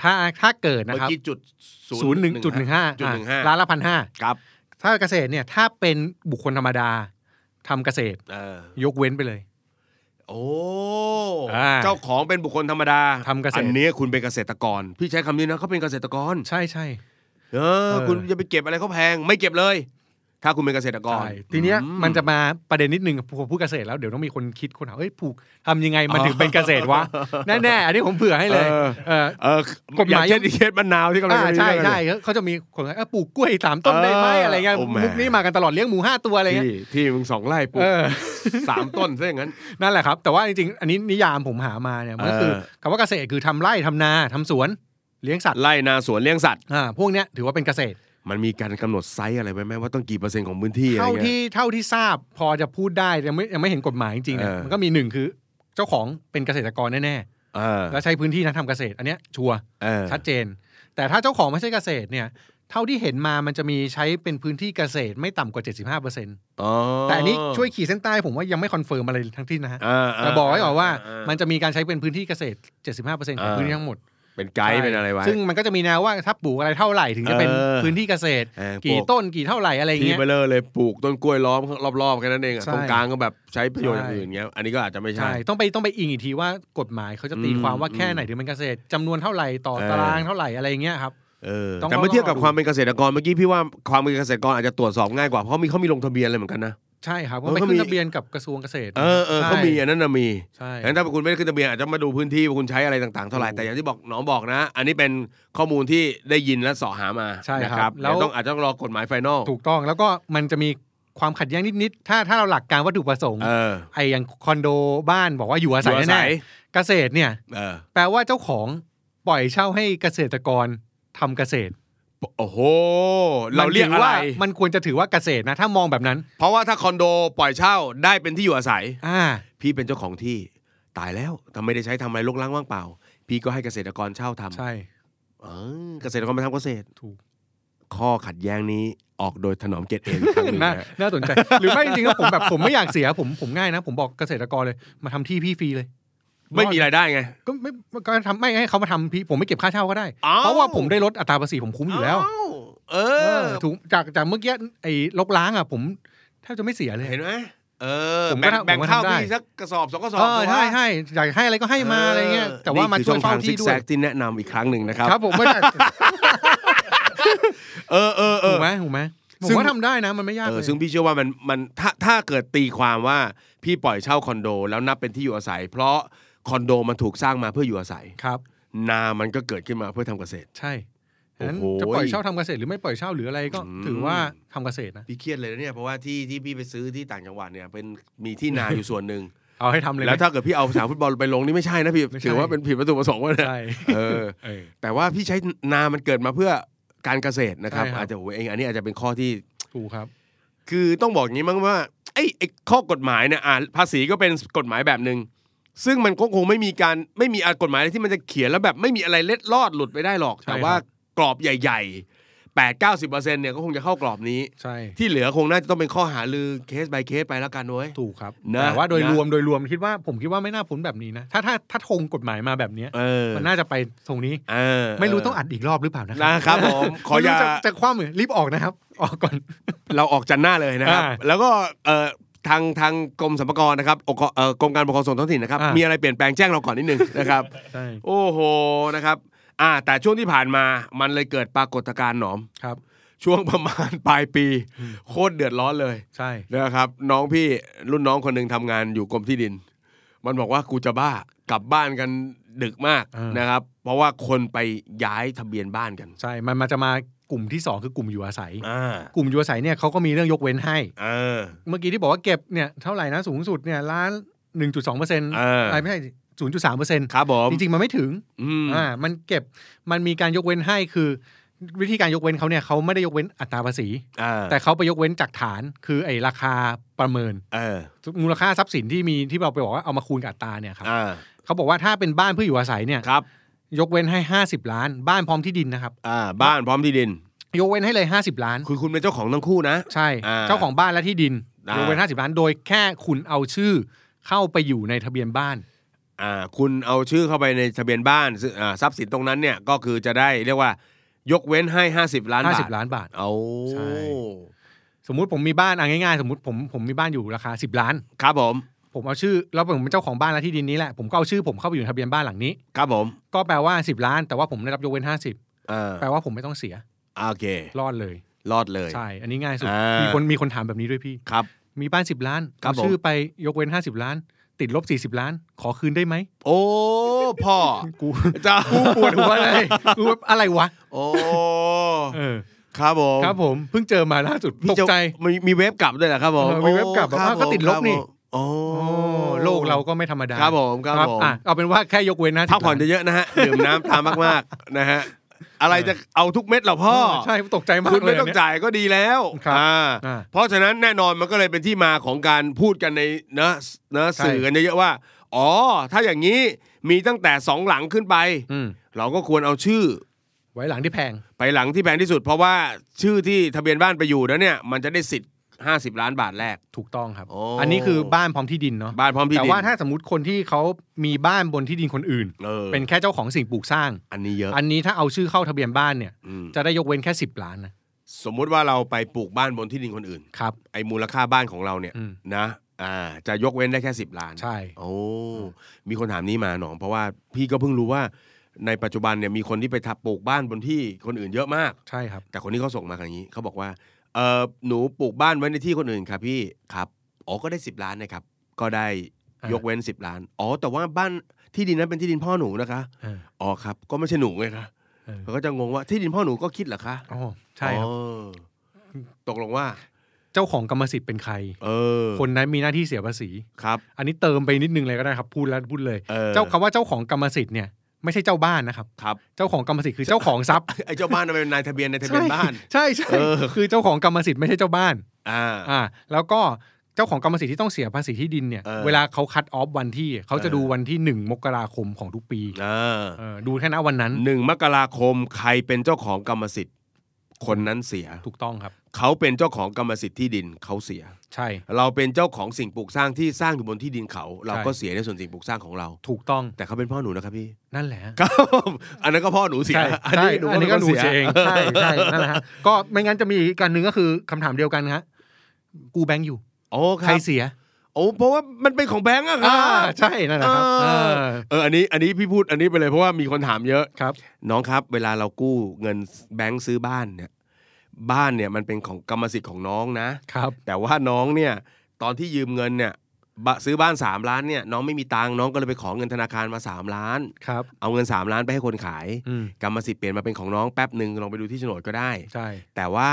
S3: ถ้าถ้าเกิดนะ
S2: เมื่อ
S3: ครับ
S2: กี้จุด
S3: ศูนย์หนึ่งจุดหนึ่งห้า
S2: จุดหนึ่งห้า
S3: ล้านละพันห้า
S2: ครับ
S3: ถ้าเกษตรเนี่ยถ้าเป็นบุคคลธรรมดาทำเกษตร
S2: เออย
S3: กเว้นไปเลย
S2: โอ้
S3: อ่า
S2: เจ้าของเป็นบุคคลธรรมดา
S3: ทำเกษตร
S2: อันเนี้ยคุณเป็นเกษตรกร พี่ใช้คำนี้นะเขาเป็นเกษตรกร
S3: ใช่ใช่
S2: เออ
S3: เออ
S2: คุณจะไปเก็บอะไรเขาแพงไม่เก็บเลย ถ้าคุณเป็นเกษตรกร
S3: ใช่ทีเนี้ย
S2: อื
S3: มันจะมาประเด็นนิดนึงพอพูดเกษตรแล้วเดี๋ยวต้องมีคนคิดคนถามเอ้ยผูกทำยังไงมันถึงเป็นเกษตรวะแน่ๆอันนี้ผมเผื่อให้เลย
S2: เออ
S3: เออ
S2: เออก
S3: ก
S2: ฎ
S3: ฎ
S2: หมาม
S3: หาย ย
S2: เช่นอีเคสมะนาวที่กำลัง
S3: อ่า
S2: จะมีเรื่องกัน
S3: ใช่ใช่เขาเขาจะมีคนเอ้ยปลูกกล้วยสามต้นได้ไหม
S2: เออ
S3: อะไรเงี้ย
S2: โอ้แหม
S3: มุกนี้มากันตลอดเลี้ยงหมูห้าตัวอะไรเงี้ย
S2: ที่ที่มึงสองไร่ปลูก
S3: เออ
S2: สามต้นซะอย่างนั้น
S3: นั่นแหละครับ แต่ว่าจริงๆ อันนี้นิยามผมหามาเนี่ยมันก็คือ
S2: เออ
S3: คำว่าเกษตรคือทำไร่ทำนาทำสวนเลี้ยงสัตว์
S2: ไร่นาสวนเลี้ยงสัตว์
S3: อ่าพวกเนี้ยถือว่าเป็นเกษตร
S2: มันมีการกำหนดไซส์อะไรไว้ไหมว่าต้องกี่เปอร์เซ็นต์ของพื้นที่อะไร
S3: เท่า
S2: เงี้ย
S3: ที่เท่าที่ทราบพอจะพูดได้ยังไม่ยังไม่เห็นกฎหมายจริงๆนะ
S2: เออ
S3: มันก็มีหนึ่งคือเจ้าของเป็นเกษตรกรแน่
S2: เออ
S3: ๆแล้วใช้พื้นที่นั้นทำเกษตรอันเนี้ยชัวร์
S2: เออ
S3: ชัดเจน แต่ถ้าเจ้าของไม่ใช่เกษตรเนี่ยเท่าที่เห็นมามันจะมีใช้เป็นพื้นที่เกษตรไม่ต่ำกว่า 75%
S2: อ๋อ
S3: แต่อันนี้ช่วยขีดเส้นใต้ผมว่ายังไม่คอนเฟิร์มอะไรทั้งที่นะฮะ
S2: เเ
S3: แต่บอกไว้ก่อนว่า
S2: เออ
S3: มันจะมีการใช้เป็นพื้นที่เกษตร 75%ของพื้นที่ทั้งหมด
S2: เป็นไกด์เป็นอะไรไว้
S3: ซึ่งมันก็จะมีแนวว่าถ้าปลูกอะไรเท่าไหร่ถึงจะเป็น
S2: เออ
S3: พื้นที่เกษตร
S2: เออปลูก
S3: กี่ต้นกี่เท่าไหร่อะไรอย่า
S2: ที่
S3: งเงี้ย
S2: ไปเลยเลยปลูกต้นกล้วยล้อมรอบๆแค่นั้นเองอะ
S3: ใช่
S2: ตรงกลางก็แบบใช้ประโยชน์อย่าง
S3: ใช่
S2: อื่นเงี้ยอันนี้ก็อาจจะไม่ใช่
S3: ใช่ต้องไปต้องไปอิงอีกทีว่ากฎหมายเขาจะตี
S2: อืม
S3: ความว่าแค่ไหนถึงเป็นเกษตรจำนวนเท่าไหร่ต่อ
S2: เออ
S3: ตารางเท่าไหร่อะไรอย่างเงี้ยครับ
S2: เออ
S3: ต้อง
S2: แต่เมื่อเทียบกับ
S3: ต้องลองดู
S2: ความเป็นเกษตรกรเมื่อกี้พี่ว่าความเป็นเกษตรกรอาจจะตรวจสอบง่ายกว่าเพราะมีเขามีลงทะเบียนอะไรเหมือนกันนะ
S3: ใช่ครับ
S2: เอ
S3: ก็
S2: อ
S3: ไป
S2: เขามี
S3: ขึ้นทะเบียนกับกระทรวงเกษตร
S2: เออเออ
S3: ใช่
S2: เขามีอันนั้นนะมี
S3: ใช่
S2: งั้นถ้าคุณไม่ได้ขึ้นทะเบียนอาจจะมาดูพื้นที่ว่าคุณใช้อะไรต่างๆเท่าไหร่
S3: ถูก
S2: แต่อย่างที่บอกหน้องบอกนะ อันนี้เป็นข้อมูลที่ได้ยินและเสอหามา
S3: ใช่
S2: นะครับ
S3: แล้
S2: แล้ว
S3: ว
S2: ต้องอาจจะต้องรอกฎหมายไฟนอล
S3: ถูกต้องแล้วก็มันจะมีความขัดแย้งนิดๆถ้าถ้าเราหลักการวัตถุประสงค์
S2: เออ
S3: ไอ้อย่างคอนโดบ้านบอกว่าอยู่อาศัย
S2: อยู่อา
S3: แน่ๆเกษตรเนี่ย
S2: เออ
S3: แปลว่าเจ้าของปล่อยเช่าให้เกษตรกรทำเกษตร
S2: โอ้โห เราเรียกอะไร
S3: มันถืว่ามันควรจะถือว่าเกษตรนะ ถ้ามองแบบนั้น
S2: เพราะว่าถ้าคอนโดปล่อยเช่าได้เป็นที่อยู่อาศัย
S3: อ่า
S2: พี่เป็นเจ้าของที่ตายแล้วทำไมได้ใช้ทำอะไรลกล้างว่างเปล่า พี่ก็ให้เกษตรกรเช่าทำ
S3: ใช่
S2: เออเกษตรกรไปทำเกษตร
S3: ถูก
S2: ข้อขัดแย้งนี้ออกโดยถนอมเกต เองอีกครั้งหนึ่ง
S3: น่า
S2: นะ
S3: น่าสนใจ หรือไม่จริงๆแล้วผมแบบผมไม่อยากเสียผมผมง่ายนะ ผมบอกเกษตรกรเลย มาทำที่พี่ฟรีเลย
S2: ไม่มีรายได้ไง
S3: ก็ไม่ก็ทำไม่ให้เขามาทำพี่ผมไม่เก็บค่าเช่าก็ได้
S2: อ้าว
S3: เพราะว่าผมได้ลดอัตราภาษีผมคุ้มอยู่แล้ว
S2: เาเอ
S3: เอ
S2: อ
S3: อถูกจากจากเมื่อกี้ไอ้ลกล้างอ่ะผมแทบจะไม่เสียเลย
S2: เห็นไหมเออ
S3: ผมก็
S2: แบ่งแบ่ง
S3: ทำผมก็
S2: ข้าว
S3: ทำได้
S2: พี่สักกระสอบสองกระสอบ
S3: เออใช่
S2: ตัว
S3: ใช่อยากให้อะไรก็ให้มาอะไรเงี้ยแต่ว่ามัน
S2: คือ
S3: ช่
S2: ช่
S3: วย
S2: อง
S3: เฝ้า
S2: ทางซิ
S3: ที่
S2: ก
S3: ด้ว
S2: แซ
S3: ย
S2: กที่แนะนำอีกครั้งหนึ่งนะครับ
S3: ครับผมไม่ได้
S2: เออเออเอ
S3: ถู
S2: อ
S3: กไหมถูกไหมผม
S2: ซึ่ง
S3: ว่าทำได้นะมันไม่ยาก
S2: เออ
S3: เลย
S2: ซึ่งพี่เชื่อว่ามันมันถ้าถ้าเกิดตีความว่าพี่ปล่อยเช่าคอนโด แล้วนับเป็นที่อยู่อาศัย เพราะคอนโดมันถูกสร้างมาเพื่ออยู่อาศัย
S3: ครับ
S2: นามันก็เกิดขึ้นมาเพื่อทำเกษตร
S3: ใช่
S2: โอ้
S3: ฉะนั้น
S2: โห
S3: จะปล่อยเช่าทำเกษตรหรือไม่ปล่อยเช่าหรืออะไรก็
S2: อืม
S3: ถือว่าทำเกษตรนะ
S2: พี่เครียดเลยนะเนี่ยเพราะว่าที่ที่พี่ไปซื้อที่ต่างจังหวัดเนี่ยเป็นมีที่นาอยู่ส่วนหนึ่ง
S3: เอาให้ทำเลยไหม
S2: แล้วถ้าเกิดพี่เอาสนามฟุตบอลไปลงนี่ไม่ใช่นะพี่
S3: ไม่ใช่
S2: ถือว่าเป็นผิดวัตถุประสงค์ว่าเนี่ย
S3: ใช่
S2: เออ แต่ว่าพี่ใช้นามันเกิดมาเพื่อการเกษตรนะครับ
S3: ใช่ครับ
S2: อาจจะโอ้โหเองอันนี้อาจจะเป็นข้อที่
S3: ถูกครับ
S2: คือต้องบอกอย่างนี้มั้งว่าไอ้ไอ้ข้อกฎหมายเนี่ยอ่าภาษีก็เป็นกฎหมายแบบหนึ่งซึ่งมันก็คงไม่มีการไม่มีกฎหมายอะไรที่มันจะเขียนแล้วแบบไม่มีอะไรเล็ดลอดหลุดไปได้หรอก แต่ว่ากรอบใหญ่ๆแปดเก้าสิบเปอร์เซ็นต์เนี่ยก็คงจะเข้ากรอบนี้
S3: ใช่
S2: ที่เหลือคงน่าจะต้องเป็นข้อหาลือเคส by เคสไปแล้วกันเว้ย
S3: ถูกครับ
S2: นะ
S3: แต่ว่าโดย
S2: นะ
S3: รวมโดยรวมคิดว่าผมคิดว่าไม่น่าพ้นแบบนี้นะถ้าถ้าถ้าธงกฎหมายมาแบบเนี้ย
S2: เออ
S3: มันน่าจะไปทรงนี้
S2: เออ
S3: ไม่รู้ต้องอัดอีกรอบหรือเปล่านะ
S2: นะครับผ มขออย่า
S3: ไม่รู้จะจะคว่ำหรือรีบออกนะครับ ออกก่อน
S2: เราออกจันทร์หน้าเลยนะครับ
S3: อ่า
S2: แล้วก็เอ่อทางทางกรมสรรพากรนะครับองค์กรเอ่อกรมการปกครองส่วนท้องถิ่นนะครับ
S3: อ่ามี
S2: มีอะไรเปลี่ยนแปลงแจ้งเราก่อนนิดนึงนะครับ
S3: ใช่
S2: โอ้โหนะครับอ่าแต่ช่วงที่ผ่านมามันเลยเกิดปรากฏการณ์หนอม
S3: ครับ
S2: ช่วงประมาณ ปลายปี
S3: อืม
S2: โคตรเดือดร้อนเลย
S3: ใช่
S2: นะครับน้องพี่รุ่นน้องคนหนึ่งทำงานอยู่กรมที่ดิน มันบอกว่ากูจะบ้ากลับบ้านกันดึกมากนะครับ เพราะว่าคนไปย้ายทะเบียนบ้านกัน
S3: ใช่มันมันจะมากลุ่มที่สองคือกลุ่มอยู่อาศัย
S2: อ่าก
S3: ลุ่มอยู่อาศัยเนี่ยเขาก็มีเรื่องยกเว้นให้
S2: เออ
S3: เมื่อกี้ที่บอกว่าเก็บเนี่ยเท่าไหร่นะสูงสุดเนี่ยล้านหนึ่งจุดสองเปอร์เซ็นต์
S2: เอออ
S3: ะไรไม่ใช่ศูนย์จุดสามเปอร์เซ็นต์
S2: ครับผม
S3: จริงๆ มันไม่ถึง
S2: อืม
S3: อ่ามันเก็บมันมีการยกเว้นให้คือ วิธีการยกเว้นเขาเนี่ยเขาไม่ได้ยกเว้นอัตราภาษี
S2: อ่า
S3: แต่เขาไปยกเว้นจากฐานคือไอ้ราคาประเมิน
S2: เออ
S3: มูลค่าทรัพย์สินที่มีที่เราไปบอกว่าเอามาคูณกับอัตราเนี่ยครับ
S2: อ่า
S3: เขาบอกว่าถ้าเป็นบ้านเพื่ออยู่อาศัยเนี่ย
S2: ครับ
S3: ยกเว้นให้ 50 ล้าน บ้านพร้อมที่ดินนะครับ
S2: อ่าบ้านพร้อมที่ดิน
S3: ยกเว้นให้เลย 50 ล้าน
S2: คือคุณเป็นเจ้าของทั้งคู่นะ
S3: ใช่
S2: อ่า
S3: เจ้าของบ้านและที่ดิน
S2: อ่าย ย
S3: กเว้น 50 ล้าน โดยแค่คุณเอาชื่อเข้าไปอยู่ในทะเบียนบ้าน
S2: อ่าคุณเอาชื่อเข้าไปในทะเบียนบ้านซึ่งอ่าทรัพย์สินตรงนั้นเนี่ยก็คือจะได้เรียกว่า ยกเว้นให้ 50 ล้านบาท
S3: 50 ล้านบาท
S2: เอา
S3: ใช่ สมมุติผมมีบ้านอ่ะง่ายๆ สมมติผมผมมีบ้านอยู่ราคา 10 ล้าน
S2: ครับผม
S3: ผมเอาชื่อแล้วผมเป็นเจ้าของบ้านและที่ดินนี้แหละผมก็เอาชื่อผมเข้าไปอยู่ในทะเบียนบ้านหลังนี้
S2: ครับผม
S3: ก็แปลว่า 10 ล้าน แต่ว่าผมได้รับยกเว้น
S2: อ่า
S3: 50 แปลว่าผมไม่ต้องเสีย
S2: โอเค
S3: รอดเลย
S2: รอดเลย
S3: ใช่ อันนี้ง่ายสุด
S2: อ่ามี
S3: มีคนมีคนถามแบบนี้ด้วยพี่
S2: ครับ
S3: มีบ้าน 10 ล้าน
S2: ครับ
S3: เอา
S2: ผม
S3: ชื่อไปยกเว้น 50 ล้าน ติดลบ 40 ล้าน ขอคืนได้ไหม
S2: โอ้พ่อ
S3: กู
S2: จ้า
S3: กูปวดหัวเลยกูแบบอะไรวะ
S2: โอ้
S3: เออ
S2: ครับผม
S3: ครับผมเพิ่งเจอมาล่าสุดต
S2: พี่
S3: ก
S2: จะ
S3: ใจ
S2: มีมีเว็บกลับด้วยเหรอครับผม
S3: เออมีเว็บกลับแบบ
S2: โอ้
S3: ว่าก็ติดลบนี่
S2: ครับผมโอ้
S3: โอ้โลกเราก็ไม่ธรรมดา
S2: ครับผมครับผม
S3: อ่ะเอาเป็นว่าแค่ยกเว้นนะ
S2: พักผ่อนเยอะๆนะฮะ ดื่มน้ำตามมากๆ นะฮะ อะไรจะเอาทุกเม็ดเหรอพ่อ
S3: ใช่ตกใจมาก
S2: คุณ
S3: เลย
S2: ไม่ต้อง
S3: เนี่ย
S2: จ่ายก็ดีแล้ว
S3: ครับ
S2: อ่า
S3: อ่า
S2: เพราะฉะนั้นแน่นอนมันก็เลยเป็นที่มาของการพูดกันในเนอะเนอะ
S3: ใช่
S2: สื่อกันเยอะๆว่า อ๋อ ถ้าอย่างนี้มีตั้งแต่สองหลังขึ้นไป
S3: อืม
S2: เราก็ควรเอาชื่อ
S3: ไว้หลังที่แพง
S2: ไปหลังที่แพงที่สุด เพราะว่าชื่อที่ทะเบียนบ้านไปอยู่แล้วเนี่ย มันจะได้สิทธิ์ 50 ล้านบาทแรก
S3: ถูกต้องครับ
S2: โอ้
S3: อันนี้คือบ้านพร้อมที่ดินเนาะ
S2: บ้านพร้อมที่
S3: แต่
S2: ดิน
S3: ว่าถ้าสมมติคนที่เขามีบ้านบนที่ดินคนอื่น
S2: เออ
S3: เป็นแค่เจ้าของสิ่งปลูกสร้าง
S2: อันนี้เยอะ
S3: อันนี้ถ้าเอาชื่อเข้าทะเบียนบ้านเนี่ย
S2: อืม
S3: จะได้ยกเว้นแค่ 10 ล้านนะ
S2: สมมุติว่าเราไปปลูกบ้านบนที่ดินคนอื่น
S3: ครับ
S2: ไอ้มูลค่าบ้านของเราเนี่ย
S3: อืม
S2: นะ อ่า จะยกเว้นได้แค่ 10 ล้าน
S3: ใช่
S2: โอ้ มีคนถามนี้มาหนอง เพราะว่าพี่ก็เพิ่งรู้ว่า ในปัจจุบันเนี่ยมีคนที่ไปทับปลูกบ้านบนที่คนอื่นเยอะมาก
S3: ใช่ครับ
S2: แต่คนนี้เขาส่งมาอย่างนี้เขาบอกว่า เออหนูปลูกบ้านไว้ในที่คนอื่นค่ะพี่ ครับอ๋อก็ได้ 10 ล้านนะครับ ก็ได้
S3: อ่าย ย
S2: กเว้น 10 ล้าน อ๋อ แต่ว่าบ้านที่ดินนั้นเป็นที่ดินพ่อหนูนะคะ
S3: เออ
S2: อ๋อครับ ก็ไม่ใช่หนูไงคะ
S3: เออ
S2: เขาก็จะงงว่าที่ดินพ่อหนูก็คิดเหรอคะ
S3: อ๋อใช่ครับ
S2: อ๋อตกลงว่า
S3: เจ้าของกรรมสิทธิ์เป็นใคร
S2: เออ
S3: คนนั้นมีหน้าที่เสียภาษี
S2: ครับ
S3: อันนี้เติมไปนิดนึงเลยก็ได้ครับพูดแล้วพูดเลย
S2: ออ
S3: เจ้าคำว่าเจ้าของกรรมสิทธิ์เนี่ย ไม่ใช่เจ้าบ้านนะครับ
S2: ครับ
S3: เจ้าของกรรมสิทธิ์คือเจ้าของทรัพย์
S2: ไอ้เจ้าบ้านน่ะเป็นนายทะเบียนนายทะเบียนบ้าน
S3: ใช่ใช่
S2: เออ
S3: คือเจ้าของกรรมสิทธิ์ไม่ใช่เจ้าบ้าน
S2: อ่า
S3: อ่าแล้วก็เจ้าของกรรมสิทธิ์ที่ต้องเสียภาษีที่ดินเนี่ย
S2: เออ
S3: เวลาเขาคัดออฟวันที่เขาจะ
S2: เออ
S3: ดูวันที่หนึ่งมกราคมของทุกปี
S2: อ่า
S3: เออดูแค่ณวันนั้น
S2: หนึ่งมกราคมใครเป็นเจ้าของกรรมสิทธิ์ คนนั้นเสีย
S3: ถูกต้องครับ
S2: เขาเป็นเจ้าของกรรมสิทธิ์ที่ดินเขาเสีย
S3: ใช่
S2: เราเป็นเจ้าของสิ่งปลูกสร้างที่สร้างอยู่บนที่ดินเขา เราก็เสียในส่วนสิ่งปลูกสร้างของเรา
S3: ถูกต้อง
S2: แต่เขาเป็นพ่อหนูนะครับพี่
S3: นั่นแหละ
S2: ครับ อันนั้นก็พ่อหนูเสีย
S3: ใช่
S2: อั
S3: ใช่
S2: หนู
S3: อันนี้ก็หนูเสียเอง
S2: เออ
S3: ใช่ใช่นั่นแหละฮะก็ไม่งั้นจะมีอีกการหนึ่งก็คือคำถามเดียวกันฮะกูแบงค์อยู่
S2: โอ้ค
S3: ใค
S2: รั
S3: ร
S2: บ
S3: เสีย
S2: โอ้เพราะว่ามันเป็นของแบงก์อะครั
S3: อ่า
S2: บ
S3: ใช่นั่นแหละครับ
S2: เออ
S3: เออ
S2: เอออันนี้อันนี้พี่พูดอันนี้ไปเลยเพราะว่ามีคนถามเยอะ
S3: ครับ
S2: น้องครับ เวลาเรากู้เงินแบงก์ซื้อบ้านเนี่ย บ้านเนี่ยมันเป็นของกรรมสิทธิ์ของน้องนะ
S3: ครับ
S2: แต่ว่าน้องเนี่ย ตอนที่ยืมเงินเนี่ยบะซื้อบ้าน 3 ล้านเนี่ย น้องไม่มีตังค์น้องก็เลยไปขอเงินธนาคารมา 3 ล้าน
S3: ครับ
S2: เอาเงิน 3 ล้านไปให้คนขาย
S3: อืม
S2: กรรมสิทธิ์เปลี่ยนมาเป็นของน้องแป๊บหนึ่งลองไปดูที่โฉนดก็ได้
S3: ใช่
S2: แต่ว่า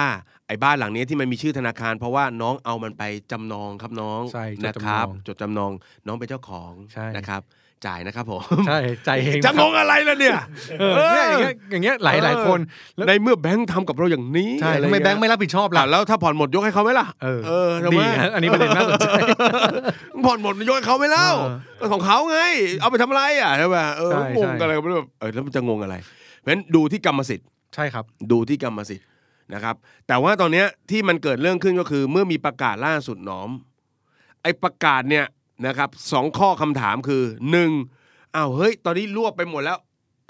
S2: ไอ้บ้านหลังเนี้ยที่มันมีชื่อธนาคาร เพราะว่าน้องเอามันไปจำนองครับน้อง
S3: ใช่จดจำนอง
S2: นะครับ จดจำนองน้องเป็นเจ้าของ
S3: ใช่
S2: นะครับ จ่ายนะครับผม
S3: ใช่ใจเอง
S2: จำนองอะไรล่ะเนี่ย
S3: เออเนี่ยอย่างเงี้ยอย่างเงี้ยหลายหลายคนแล้ว
S2: ในเมื่อแบงค์ทำกับเราอย่างนี้
S3: ใช่
S2: อะร
S3: ทำ
S2: เย
S3: ไมแบงค์ไม่รับผิดชอบล่ะ
S2: อ่ะแล้วถ้าผ่อนหมดยกให้เขาไหมล่ะ
S3: เออ
S2: เออทำไม
S3: ดีฮะอันนี้ประเด็นน่าสนใจ
S2: ผ่อนหมดยกให้เขาไหมเล่า
S3: เออ
S2: ก็ของเขาไง เอาไปทำอะไรอ่ะใช่ไหมเออ
S3: ใช่
S2: ง
S3: ใช่
S2: งกันอะไรก็ไม่รู้แบบเออแล้วมันจะงงอะไร เพราะฉะนั้นดูที่กรรมสิทธิ
S3: ใช่ครับ
S2: ดูที่กรรมสิทธิ์นะครับ แต่ว่าตอนเนี้ยที่มันเกิดเรื่องขึ้นก็คือเมื่อมีประกาศล่าสุดหนอม ไอ้ประกาศเนี่ยนะครับสองข้อคำถามคือหนึ่งอ้าวเฮ้ย ตอนนี้รวบไปหมดแล้ว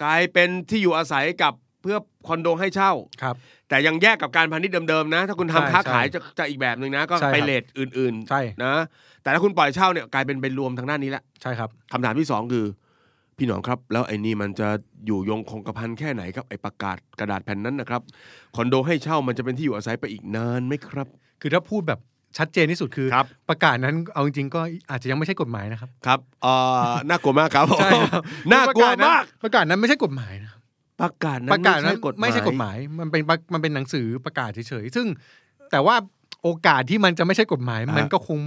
S2: กลายเป็นที่อยู่อาศัยกับเพื่อคอนโดให้เช่า
S3: ครับ
S2: แต่ยังแยกกับการพาณิชย์เดิมๆนะ ถ้าคุณทำ
S3: ใช่
S2: ค้า
S3: ใช่
S2: ขายจะจะอีกแบบหนึ่งนะ ก็
S3: ใช่
S2: ไป
S3: ครับ
S2: เลทอื่น
S3: ใช่
S2: ๆนะแต่ถ้าคุณปล่อยเช่าเนี่ยกลายเป็นไปรวมทางด้านนี้ละ
S3: ใช่ครับ
S2: คำถามที่สองคือ พี่หนอมครับ แล้วไอ้นี่มันจะอยู่ยงคงกระพันแค่ไหนครับไอ้ประกาศกระดาษแผ่นนั้นนะครับคอนโดให้เช่ามันจะเป็นที่อยู่อาศัยไปอีกนานไหมครับ
S3: คือถ้าพูดแบบชัดเจนที่สุดคือ
S2: ครับ
S3: ประกาศนั้นเอาจริงๆก็อาจจะยังไม่ใช่กฎหมายนะครับ
S2: ครับเอ่อ น่ากลัวมากครับผม
S3: ใช่ครับ
S2: น่ากลัวมาก
S3: ประกาศนั้นไม่ใช่กฎหมายนะครับ
S2: ประกาศนั้
S3: ประ
S2: น
S3: กาศนั้น
S2: ไม่
S3: ไม่
S2: ใช่
S3: ใช่
S2: ก
S3: ก
S2: ฎ
S3: ฎ
S2: ห
S3: ห
S2: มาย
S3: มายมันเป็นประมันเป็นหนังสือประกาศเฉยๆซึ่ง แต่ว่าโอกาสที่มันจะไม่ใช่กฎหมายมันก็คง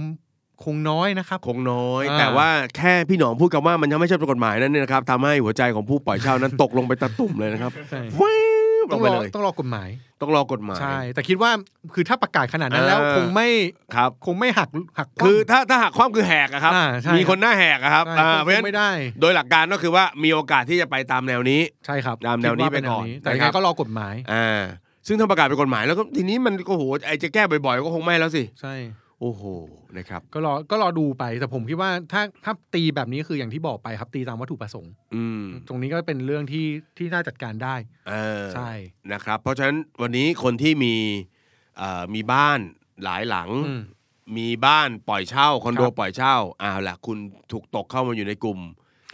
S3: คงน้อยนะครับ
S2: คงน้อย
S3: อ่า
S2: แต่ว่าแค่พี่หนอมพูดคำว่ามันยังไม่ใช่กฎหมายนั้นเนี่ยนะครับทำให้หัวใจของผู้ปล่อยเช่านั้น ตกลงไปตะตุ่มเลยนะครับ
S3: ใช่
S2: แว้าวล
S3: ต้อง ง
S2: ไป
S3: รอ
S2: เลย
S3: ต้องรอกฎหมาย
S2: ต้องรอกฎหมาย
S3: ใช่ แต่คิดว่าคือถ้าประกาศขนาดนั้นแล้ว
S2: เออ
S3: คงไม่
S2: ครับ
S3: คงไม่หักหักว้าง
S2: คือถ้าถ้าหากความคือแหกอะครับ
S3: อ่าใช่
S2: มีคนหน้าแหกอะครับ
S3: ใช่
S2: อ่า
S3: คง
S2: เพราะฉะนั้น
S3: ไม่ได้
S2: โดยหลักการก็คือว่ามีโอกาสที่จะไปตามแนวนี้
S3: ใช่ครับ
S2: ตามแนวนี้
S3: คิด
S2: ไปก่อน
S3: แแต่
S2: นะ
S3: ยัง
S2: ครั
S3: ไง
S2: บ
S3: ก็รอกฎหมาย
S2: อ่าซึ่งถ้าประกาศเป็นกฎหมายแล้วก็ทีนี้มันก็โหไอจะแก้บ่อยๆ ก็คงไม่แล้วสิ
S3: ใช่
S2: โอ้โหนะครับ
S3: ก็รอก็รอดูไปแต่ผมคิดว่าถ้าถ้าตีแบบนี้คืออย่างที่บอกไปครับตีตามวัตถุประสงค์
S2: อืม
S3: ตรงนี้ก็เป็นเรื่องที่ที่น่าจัดการได้
S2: เออ
S3: ใช่
S2: นะครับ เพราะฉะนั้นวันนี้คนที่มีเอ่อมีบ้านหลายหลัง
S3: อืม
S2: มีบ้านปล่อยเช่าคอนโด
S3: ครับ
S2: ปล่อยเช่าเอ้าวละคุณถูกตกเข้ามาอยู่ในกลุ่ม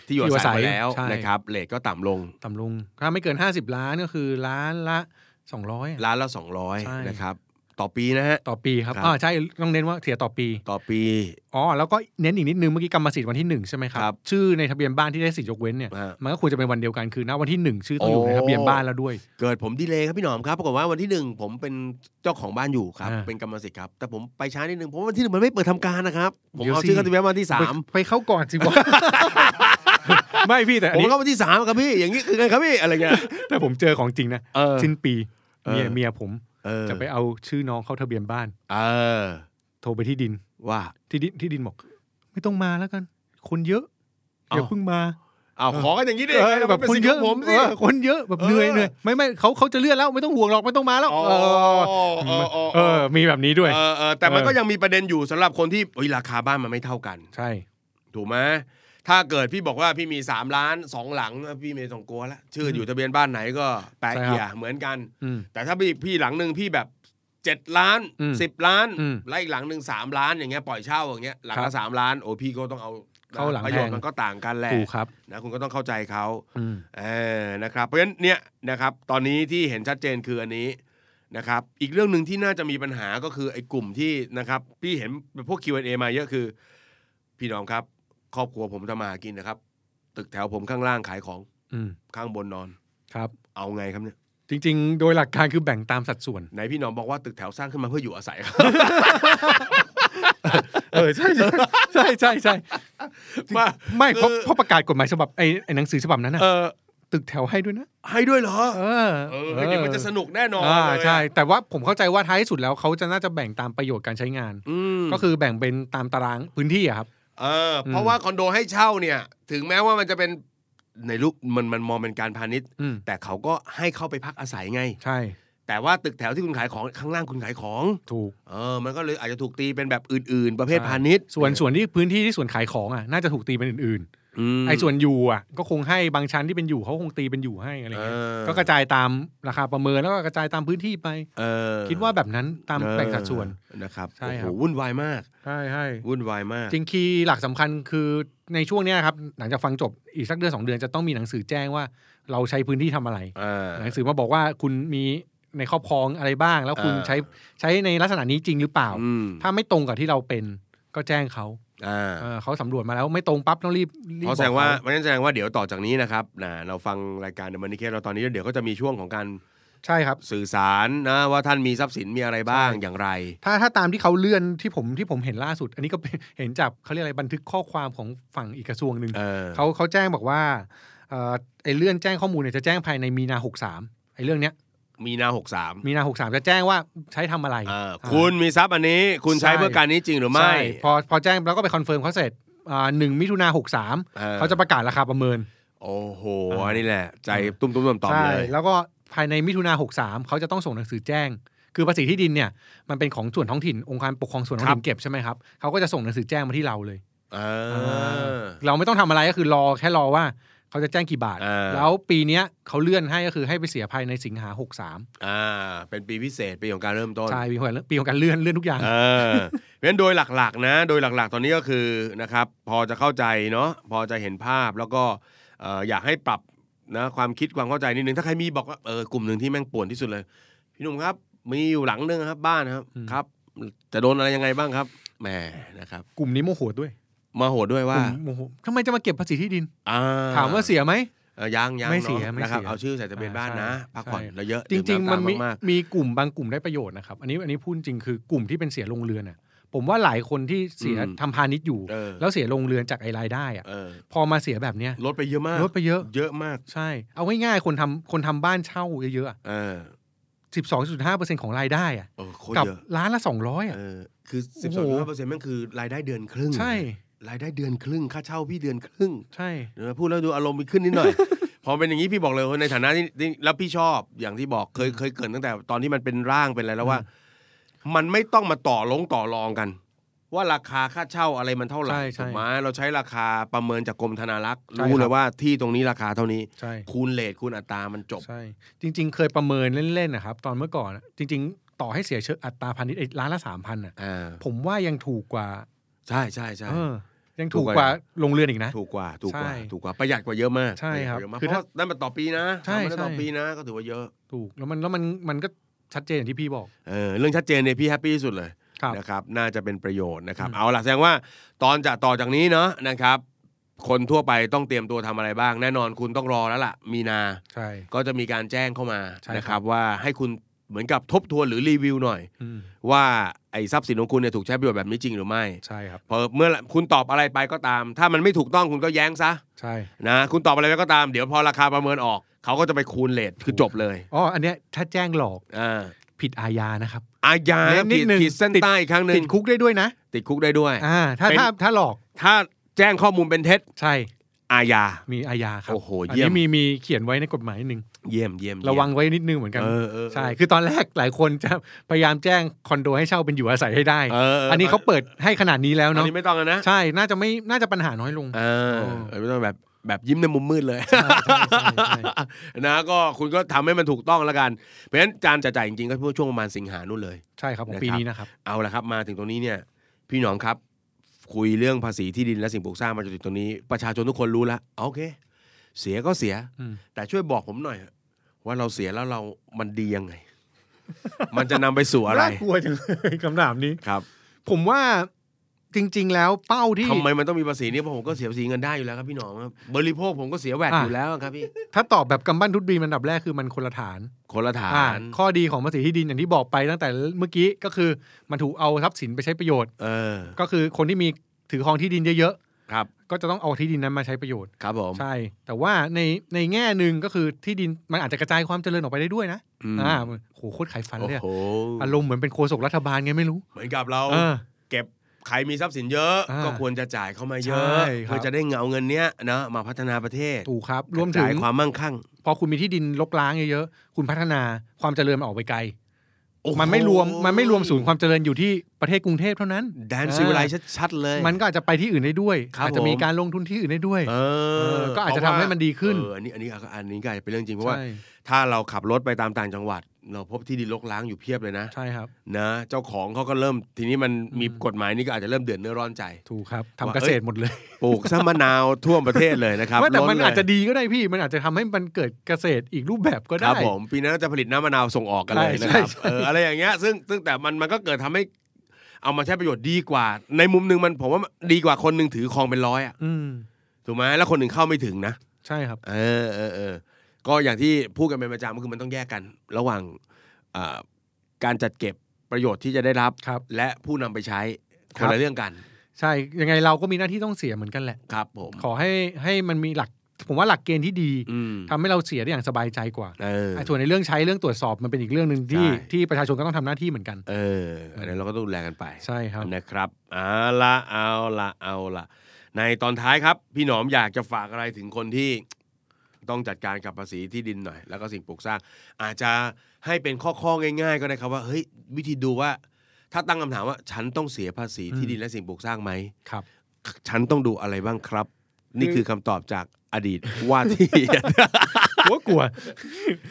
S2: ที่อยู่อาศัยมาแล้ว
S3: ที่อยู่อาศัยใช่
S2: นะครับเลทก็ต่ำลง
S3: ต่ำลงถ้าไม่เกิน 50 ล้านก็คือล้านละ 200อะ
S2: ร้านละ
S3: ใช่
S2: 200นะครับต่อปีนะฮะ
S3: ต่อปีครับ
S2: ครับ
S3: อ่าใช่ต้องเน้นว่าเสียต่อปี
S2: ต่อปี
S3: อ๋อแล้วก็เน้นอีกนิดนึงเมื่อกี้กรรมสิทธิ์วันที่1ใช่ไหมครั
S2: ครับ
S3: ชื่อในทะเบียนบ้านที่ได้สิทธิ์ยกเว้นเนี่ย
S2: ฮะ
S3: มันก็ควรจะเป็นวันเดียวกันคือณวันที่หนึ่งชื่อต้องอยู่
S2: โอ้
S3: ในทะเบียนบ้านแล้วด้วย
S2: เกิดผมดีเลยครับพี่หนอมครับปรากฏว่าวันที่หนึ่งผมเป็นเจ้าของบ้านอยู่ครับ
S3: อ่า
S2: เป็นกรรมสิทธิ์ครับ แต่ผมไปช้านิดนึงเพราะวันที่หนึ่งมันไม่เปิดทำการนะครับ ผม
S3: เดี๋ยว
S2: เอา
S3: สิ
S2: ชื่อเข้าทะเบียนวันที่สาม
S3: ไปไปเข้าก่อนสิ วะ ไม่พี่แต่
S2: ผ
S3: อัน
S2: ม
S3: นี้
S2: เข้าวันที่สามครับพี่อย่างนี้คือไงครับพี่อะไรเงี้ย
S3: แต่ผมเจอของจริงนะ
S2: เออ
S3: สิ้นปี
S2: เออ
S3: เมียเมียผม
S2: เออ
S3: จะไปเอาชื่อน้องเข้าทะเบียนบ้าน
S2: เออ
S3: โทรไปที่ดิน
S2: ว่า
S3: ที่ดินที่ดินบอก ไม่ต้องมาแล้วกัน คนเยอะอย่า
S2: เอ้า
S3: เพิ่งมา
S2: เอาขอกันอย่างนี้ดิ
S3: เออแบบ
S2: มัป็
S3: คน
S2: สิทธิ์
S3: เยอะ
S2: ขงผมสิ
S3: เออคนเยอะแบบ
S2: เออ
S3: เหนื่อยเหนื่อยไม่ไม่เขาเขาจะเลื่อนแล้วไม่ต้องห่วงหรอกไม่ต้องมาแล้ว
S2: อ๋อ
S3: เออ
S2: เออเออ
S3: เออ มีแบบนี้ด้วย
S2: เออเออแต่มัน
S3: เออ
S2: ก็ยังมีประเด็นอยู่สำหรับคนที่เอ้ยราคาบ้านมันไม่เท่ากัน
S3: ใช่
S2: ถูกไหมถ้าเกิดพี่บอกว่าพี่มีสามล้านสองหลังพี่ไม่ต้องกลัวละชื่ออยู่ทะเบียนบ้านไหนก็แปะเอียเหมือนกัน
S3: อืม
S2: แต่ถ้าพี่พี่หลังหนึ่งพี่แบบเจ็ดล้าน
S3: อืม
S2: สิบล้าน
S3: อืม
S2: แล้วอีกหลังหนึ่งสามล้านอย่างเงี้ยปล่อยเช่าอย่างเงี้ยหลัง
S3: ครั
S2: ละ
S3: บ
S2: สามล้านโอ้พี่ก็ต้องเอา
S3: เข้าหลัง
S2: ประโยชน์
S3: แพง
S2: มันก็ต่างกันแหละ
S3: ถูกครับ
S2: นะคุณก็ต้องเข้าใจเขา
S3: อืม
S2: เออนะครับเพราะฉะนั้นเนี่ยนะครับตอนนี้ที่เห็นชัดเจนคืออันนี้นะครับอีกเรื่องหนึ่งที่น่าจะมีปัญหาก็คือไอ้กลุ่มที่นะครับพี่เห็นพวก Q&A มาเยอะคือ พี่น้องครับ ครอบครัวผมทำมาหากินนะครับ ตึกแถวผมข้างล่างขายของ
S3: อืม
S2: ข้างบนนอน
S3: ครับ
S2: เอาไงครับเนี่ย
S3: จริง ๆ โดยหลักการคือแบ่งตามสัดส่วน
S2: ไหนพี่หน้องบอกว่าตึกแถวสร้างขึ้นมาเพื่ออยู่อาศัย
S3: เออใช่ใช่ใช่ใช่ใช่
S2: ว่า
S3: ไม่เพราะ
S2: คือ
S3: เพราะประกาศกฎหมายฉบับไอ้ไอ้หนังสือฉบับนั้นน่ะ
S2: เออ
S3: ตึกแถวให้ด้วยนะ
S2: ให้ด้วยเหรอ
S3: เออ
S2: เออเดี๋ยวมันจะสนุกแน่นอน
S3: อ่า
S2: เลยอะ
S3: ใช่ แต่ว่าผมเข้าใจว่าท้ายสุดแล้วเขาจะน่าจะแบ่งตามประโยชน์การใช้งาน
S2: อืม
S3: ก็คือแบ่งเป็นตามตารางพื้นที่อะครับ
S2: เออ เพราะว่าคอนโดให้เช่าเนี่ย ถึงแม้ว่ามันจะเป็นในรูปมันมันมองเป็นการพาณิชย์
S3: อืม
S2: แต่เขาก็ให้เข้าไปพักอาศัยไง
S3: ใช่
S2: แต่ว่าตึกแถวที่คุณขายของข้างล่างคุณขายของ
S3: ถูก
S2: เออ มันก็เลยอาจจะถูกตีเป็นแบบอื่น ๆ ประเภทพาณิชย์
S3: ส่วนส่วนที่พื้นที่ที่ส่วนขายของอ่ะน่าจะถูกตีเป็นอื่น
S2: ม
S3: ๆไอ้ส่วนอยู่อ่ะก็คงให้บางชั้นที่เป็นอยู่เขาคงตีเป็นอยู่ให้อะไรเงี้ย
S2: เออ
S3: ก็กระจายตามราคาประเมินแล้วก็กระจายตามพื้นที่ไป
S2: เออ
S3: คิดว่าแบบนั้นตาม
S2: เออ
S3: แบ่งสัดส่วน
S2: นะครับ
S3: ใช่ครับ
S2: โอ้โหวุ่นวายมาก
S3: ใช่ใช่
S2: วุ่นวายมาก
S3: จริงคีย์หลักสำคัญคือในช่วงเนี้ยครับหลังจากฟังจบอีกสักเดือนสองเดือนจะต้องมีหนังสือแจ้งว่าเราใช้พื้นที่ทำอะไร
S2: เออ
S3: หนังสือมาบอกว่าคุณมีในครอบครองอะไรบ้าง แล้วคุณ
S2: เออ
S3: ใช้ใช้ในลักษณะนี้จริงหรือเปล่า
S2: อืม
S3: ถ้าไม่ตรงกับที่เราเป็นก็แจ้งเขา
S2: อ่า
S3: เออเขาสำรวจมาแล้วไม่ตรงปั๊บต้องรีบรีบ
S2: เพราะแสดง
S3: บอกเข
S2: ว่าเพราะฉะนั้นแสดงว่าเดี๋ยวต่อจากนี้นะครับนะเราฟังรายการเดอะมันนี่เคสเราตอนนี้เดี๋ยวก็จะมีช่วงของการ
S3: ใช่ครับ
S2: สื่อสารนะว่าท่านมีทรัพย์สินมีอะไรบ้าง
S3: ใช่
S2: อย่างไร
S3: ถ้าถ้าตามที่เขาเลื่อนที่ผมที่ผมเห็นล่าสุด อันนี้ก็เป็น เห็นจากเขาเรียกอะไรบันทึกข้อความของฝั่งอีกกระทรวงหนึ่ง
S2: เออ
S3: เขาเขาแจ้งบอกว่าเอ่อไอ้เลื่อนแจ้งข้อมูลเนี่ยจะแจ้งภายในมีนาหกสามไอ้เรื่องเนี้ย
S2: มีนาหกสาม
S3: มีนาหกสามจะแจ้งว่าใช้ทำอะไร
S2: คุณมีทรัพย์อันนี้ คุณใช้
S3: ใช่
S2: เพื่อการนี้จริงหรือไม่
S3: ใช่พอพอแจ้งแล้วก็ไปคอนเฟิร์มเขาเสร็จอ่าหนึ่งมิถุนาหกสาม
S2: ออ
S3: เขาจะประกาศราคาประเมิน
S2: โอ้โห
S3: อ่า
S2: อันนี้แหละ ใจตุ้มตุ้มต่อมต่อม
S3: ใช่
S2: เลย
S3: แล้วก็ภายในมิถุนาหกสามเขาจะต้องส่งหนังสือแจ้ง คือภาษีที่ดินเนี่ยมันเป็นของส่วนท้องถิ่นองค์การปกครองส่วนท้องถิ่นเก็บใช่ไหมครับเขาก็จะส่งหนังสือแจ้งมาที่เราเลย
S2: เออ
S3: เราไม่ต้องทำอะไรก็คือรอแค่รอว่าเขาจะแจ้งกี่บาท
S2: เออ
S3: แล้วปีเนี้ยเขาเลื่อนให้ก็คือให้ไปเสียภายในสิงหาหกสาม
S2: อ่าเป็นปีพิเศษปีของการเริ่มต้น
S3: ใช่ปีของการปีของการเลื่อนเลื่อนทุกอย่าง
S2: เออเพราะฉะนั้นโดยหลักๆนะ โดยหลักๆ ตอนนี้ก็คือนะครับ พอจะเข้าใจเนาะพอจะเห็นภาพแล้วก็เอ่ออยากให้ปรับนะความคิดความเข้าใจนิดนึงถ้าใครมีบอกว่าเออกลุ่มหนึ่งที่แม่งป่วนที่สุดเลย พี่หนุ่มครับมีอยู่หลังนึงครับบ้านครับ
S3: อืม
S2: ครับ จะโดนอะไรยังไงบ้างครับแหมนะครับ
S3: กลุ่มนี้โมโหด้วย
S2: มาโหดด้วยว่าก
S3: ลุ่มโมโหทำไมจะมาเก็บภาษีที่ดิน
S2: อ่
S3: ถามว่าเสียไหม
S2: เอ่อยังยัง
S3: ไม่เสีย
S2: นาะ
S3: ไม่
S2: นะครับ
S3: เสีย
S2: เอาชื่อใส่ทะเบียนบ้านนะ
S3: ใช่
S2: พักผ่อน
S3: ใช่
S2: เยอะๆ
S3: จริง ๆ มันมี
S2: ดื่ำาก
S3: มีกลุ่มบางกลุ่มได้ประโยชน์นะครับ อันนี้อันนี้พูดจริงคือกลุ่มที่เป็นเสียลงเรือนอ่ะผมว่าหลายคนที่เสียทำพาณิชย์อยู่
S2: ๆเออ
S3: แล้วเสียลงเรือนจากไอ้รายได้อะ
S2: เออ
S3: พอมาเสียแบบเนี้ย
S2: ลดไปเยอะมาก
S3: ลดไปเยอะ
S2: เยอะมาก
S3: ใช่ เอาง่ายๆคนทำคนทำบ้านเช่าเยอะ
S2: เออ
S3: ๆสิบสองจุดห้าเปอร์เซ็นของรายได้อะ
S2: เออโคตร
S3: กับ
S2: เยอะ
S3: ร้านละสองร้อยอ่ะ
S2: เออคือสิบส
S3: โอ้
S2: อง
S3: โห
S2: ห้าเปอร์เซ็นต์มันคือรายได้เดือนครึ่ง
S3: ใช่
S2: รายได้เดือนครึ่ง ค่าเช่าพี่เดือนครึ่ง
S3: ใช่
S2: เดี๋ยวนะพูดแล้วดูอารมณ์มันขึ้นนิดหน่อย พอเป็นอย่างนี้พี่บอกเลยว่าในฐานะที่ที่แล้วพี่ชอบอย่างที่บอกเคยเคยเกรินตั้งแต่ตอนที่มันเป็นร่างเป็นอะไรแล้วว่า มันไม่ต้องมาต่อลงต่อรองกัน ว่าราคาค่าเช่าอะไรมันเท่าไหร่
S3: ใช่ใช่
S2: ถูกไหมเราใช้ราคาประเมินจากกรมธนารักษ์
S3: ใช่
S2: รู้
S3: ครับ
S2: เลยว่าที่ตรงนี้ราคาเท่านี้
S3: ใช่
S2: คูณเลทคูณอัตรามันจบ
S3: ใช่ จริง ๆ เคยประเมินเล่นๆนะครับ ตอนเมื่อก่อนอะจริง ๆ ต่อให้เสียเชิงอัตราพาณิชย์ไอ้ร้านละสามพันอ่ะ
S2: อ่า
S3: ผมว่ายังถูกกว่า
S2: ใช่ใช่ใช่
S3: เออยัง
S2: ถู
S3: ถู
S2: ก
S3: ก
S2: กว่า
S3: กว่าลงเรือนอีกนะ
S2: ถูกกว่าถูกกว่า
S3: ใช่
S2: ถูกกว่าประหยัดกว่าเยอะมาก
S3: ใช่ครับ
S2: ประหยัดกว่าเยอะมาก
S3: คือ
S2: เพ
S3: ถ้า
S2: ราะนั่นมันต่อปีนะ
S3: ใช่
S2: ทำมันต่อ
S3: ใช่
S2: ปีนะ ก็ถือว่าเยอะ
S3: ถูกแล้วมันแล้วมันมันก็ชัดเจนอย่างที่พี่บอก
S2: เออเรื่องชัดเจนเนี่ยพี่แฮปปี้ที่สุดเลย
S3: ครับ
S2: นะครับน่าจะเป็นประโยชน์นะครับ
S3: อืม
S2: เอาล่ะแสดงว่าตอนจะต่อจากนี้เนาะนะครับ คนทั่วไปต้องเตรียมตัวทำอะไรบ้าง แน่นอนคุณต้องรอแล้วล่ะ มีนา
S3: ใช่
S2: ก็จะมีการแจ้งเข้ามา
S3: ใช่ครับ
S2: นะครับว่าให้คุณเหมือนกับทบทวนหรือรีวิวหน่อย
S3: อืม
S2: ว่าไอ้ทรัพย์สินของคุณเนี่ยถูกใช้ประโยชน์แบบนี้จริงหรือไม่
S3: ใช่ครับ
S2: พอเมื่อคุณตอบอะไรไปก็ตาม ถ้ามันไม่ถูกต้องคุณก็แย้งซะ
S3: ใช่
S2: นะคุณตอบอะไรไปก็ตามเดี๋ยวพอราคาประเมินออก เขาก็จะไปคูณเลทคือจบเลย
S3: อ๋อ อันเนี้ยถ้าแจ้งหลอก
S2: อ่า
S3: ผิดอาญานะครับ
S2: อาญา
S3: เน้
S2: นะ
S3: นนิ
S2: ผิ
S3: ด
S2: ด
S3: นึง
S2: ขีดเส้นใต้อีกครั้งหนึ่
S3: ติ
S2: ง
S3: ดคุกได้ด้วยนะ
S2: ติดคุกได้ด้วย
S3: อ่า ถ้า
S2: เป็น
S3: ถ้าถ้าหลอก
S2: ถ้าแจ้งข้อมูลเป็นเท็จ
S3: ใช่
S2: อาญา
S3: มีอาญาครับ
S2: โอ้โห
S3: อั
S2: เยี่ยม
S3: นี้มีมีเขียนไว้ในกฎหมายนิดนึง
S2: เยี่ยมเยี่ยม
S3: ระวังไว้นิดนึงเหมือนกัน
S2: เออเออ
S3: ใช่ คือตอนแรกหลายคนจะพยายามแจ้งคอนโดให้เช่าเป็นอยู่อาศัยให้ได้
S2: เออ
S3: อันนี้เขาเปิดให้ขนาดนี้แล้ว
S2: อัน
S3: เนาะ
S2: นี้ไม่ต้องแล้วนะ
S3: ใช่น่าจะไม่น่าจะปัญหาน้อยลง
S2: เออ
S3: เออ
S2: เออไม่ต้องแบบแบบยิ้มในมุมมื ดเลย
S3: ใช่ใช่ใช่ใช่
S2: นะก็คุณก็ทำให้มันถูกต้องแล้วกัน เพราะฉะนั้นการจะจ่ายจริงๆก็ช่วงประมาณสิงหานู่นเลย
S3: ใช่ครับของ
S2: นะครับ
S3: ปีนี้นะครับ
S2: เอาละครับมาถึงตรงนี้เนี่ยพี่หนอมครับ คุยเรื่องภาษีที่ดินและสิ่งปลูกสร้างมาจนถึงตรงนี้ ประชาชนทุกคนรู้แล้วโอเค เสียก็เสีย
S3: อืม
S2: แต่ช่วยบอกผมหน่อย ว่าเราเสียแล้วเรามันดียังไง มันจะนำไปสู่อะไร
S3: น่ากลัวจังเลยคำถามนี้
S2: ครับ
S3: ผมว่าจริง ๆ แล้วเป้าที่
S2: ทำไมมันต้องมีภาษีนี่เพราะผมก็เสียภาษีเงินได้อยู่แล้วครับพี่หนอมครับบริโภคผมก็เสียแวด
S3: อ่ะ
S2: อยู่แล้วครับพี่
S3: ถ้าตอบแบบกำบั้นทุบดีมันอันดับแรกคือมันคนละฐาน
S2: คนละฐา
S3: อ่าน ข้อดีของภาษีที่ดินอย่างที่บอกไปตั้งแต่เมื่อกี้ก็คือมันถูกเอาทรัพย์สินไปใช้ประโยชน์
S2: เออ
S3: ก็คือคนที่มีถือครองที่ดินเยอะ
S2: ครับ
S3: ก็จะต้องเอาที่ดินนั้นมาใช้ประโยชน์
S2: ครับผม
S3: ใช่ แต่ว่าในในแง่หนึ่งก็คือที่ดินมันอาจจะกระจายความเจริญออกไปได้ด้วยนะ
S2: อืม
S3: อ่าโหโคตรขายฝัน
S2: โอ้
S3: เลยอะ
S2: โห
S3: อารมณ์เหมือนเป็นโฆษกรัฐบาลไงไม่รู้
S2: เหมือนกับเรา
S3: เออ
S2: เก็บใครมีทรัพย์สินเยอะ
S3: อ่า
S2: ก็ควรจะจ่ายเข้ามาเยอะ
S3: ใช่ครับ
S2: เพื่อจะได้เงาเงินเนี้ยนะมาพัฒนาประเทศ
S3: ถูกครับ รวมถึ
S2: กะ
S3: ง
S2: จายความมั่งคั่ง
S3: พอคุณมีที่ดินรกร้างเยอะๆคุณพัฒนาความเจริญมันออกไปไกล
S2: โอ้โห
S3: มันไม่รวมมันไม่รวมศูนย์ความเจริญอยู่ที่ประเทศกรุงเทพเท่านั้น
S2: แดนซิวไลชัดๆเลย
S3: มันก็อาจจะไปที่อื่นได้ด้วย
S2: ครับ
S3: อาจจะมี
S2: ผม
S3: การลงทุนที่อื่นได้ด้วย
S2: เอ
S3: เอ
S2: อ
S3: อก็อาจจะทำให้มันดีขึ้น
S2: เอออันนี้อันนี้อันนี้ก็อาจจะเป็นเรื่องจริงเพราะว่า
S3: ใช่
S2: ถ้าเราขับรถไปตามต่างจังหวัด เราพบที่ดินรกร้างอยู่เพียบเลยนะ
S3: ใช่ครับ
S2: นะเจ้าของเขาก็เริ่มทีนี้มันมี
S3: อืม
S2: กฎหมายนี่ก็อาจจะเริ่มเดือดเนื้อร้อนใจ
S3: ถูกครับทำ
S2: ว่า
S3: เกษตรหมดเลย
S2: ปลูกซะมะนาวทั่วประเทศเลยนะครับ
S3: ว่าแต่
S2: ล้
S3: มันอาจจะ
S2: เลย
S3: ดีก็ได้พี่มันอาจจะทำให้มันเกิดเกษตรอีกรูปแบบก็
S2: ค
S3: ได้
S2: รับผมปีหนั้นจะผลิตน้ำมะนาวส่งออกกันเลย
S3: ใช่
S2: นะครับ
S3: ใช่
S2: เอออะไรอย่างเงี้ยซึ่งซึ่งแต่มันมันก็เกิดทำให้เอามาใช้ประโยชน์ดีกว่า ในมุมหนึ่งมันผมว่ามันดีกว่าคนหนึ่งถือครองเป็นร้อยอ่ะ
S3: อืม
S2: ถูกไหมแล้วคนหนึ่งเข้าไม่ถึงนะ
S3: ใช่ครับ
S2: เออเออเออก็อย่างที่พูดกันเป็นประจำก็คือมันต้องแยกกัน ระหว่างอ่าการจัดเก็บประโยชน์ที่จะได้รับ
S3: ครับ
S2: และผู้นำไปใช้ค
S3: ครั
S2: น
S3: บ
S2: ละเรื่องกัน
S3: ใช่ยังไงเราก็มีหน้าที่ต้องเสียเหมือนกันแหละ
S2: ครับผม
S3: ขอให้ให้มันมีหลัก ผมว่าหลักเกณฑ์ที่ดี
S2: อืม
S3: ทำให้เราเสียได้อย่างสบายใจกว่า
S2: เออ
S3: ไอ้ส่วนในเรื่องใช้เรื่องตรวจสอบมันเป็นอีกเรื่องหนึ่งที่
S2: ใช่
S3: ที่ประชาชนก็ต้องทำหน้าที่เหมือนกัน
S2: เอออันนั้นเราก็ต้องดูแลกันไป
S3: ใช่ครับ
S2: นะครับเอาละเอาละเอาละในตอนท้ายครับ พี่หนอมอยากจะฝากอะไรถึงคนที่ ต้องจัดการกับภาษีที่ดินหน่อย แล้วก็สิ่งปลูกสร้าง อาจจะให้เป็นข้อข้อๆง่าย ๆ ก็ได้ครับว่าเฮ้ยวิธีดูว่า ถ้าตั้งคำถามว่า ฉันต้องเสียภาษีที่ดินและสิ่งปลูกสร้างไหม
S3: ครับ
S2: ฉันต้องดูอะไรบ้างครับ นี่
S3: คือ
S2: คือคำตอบจากอ ดีตว่าที่
S3: กลัวกลัว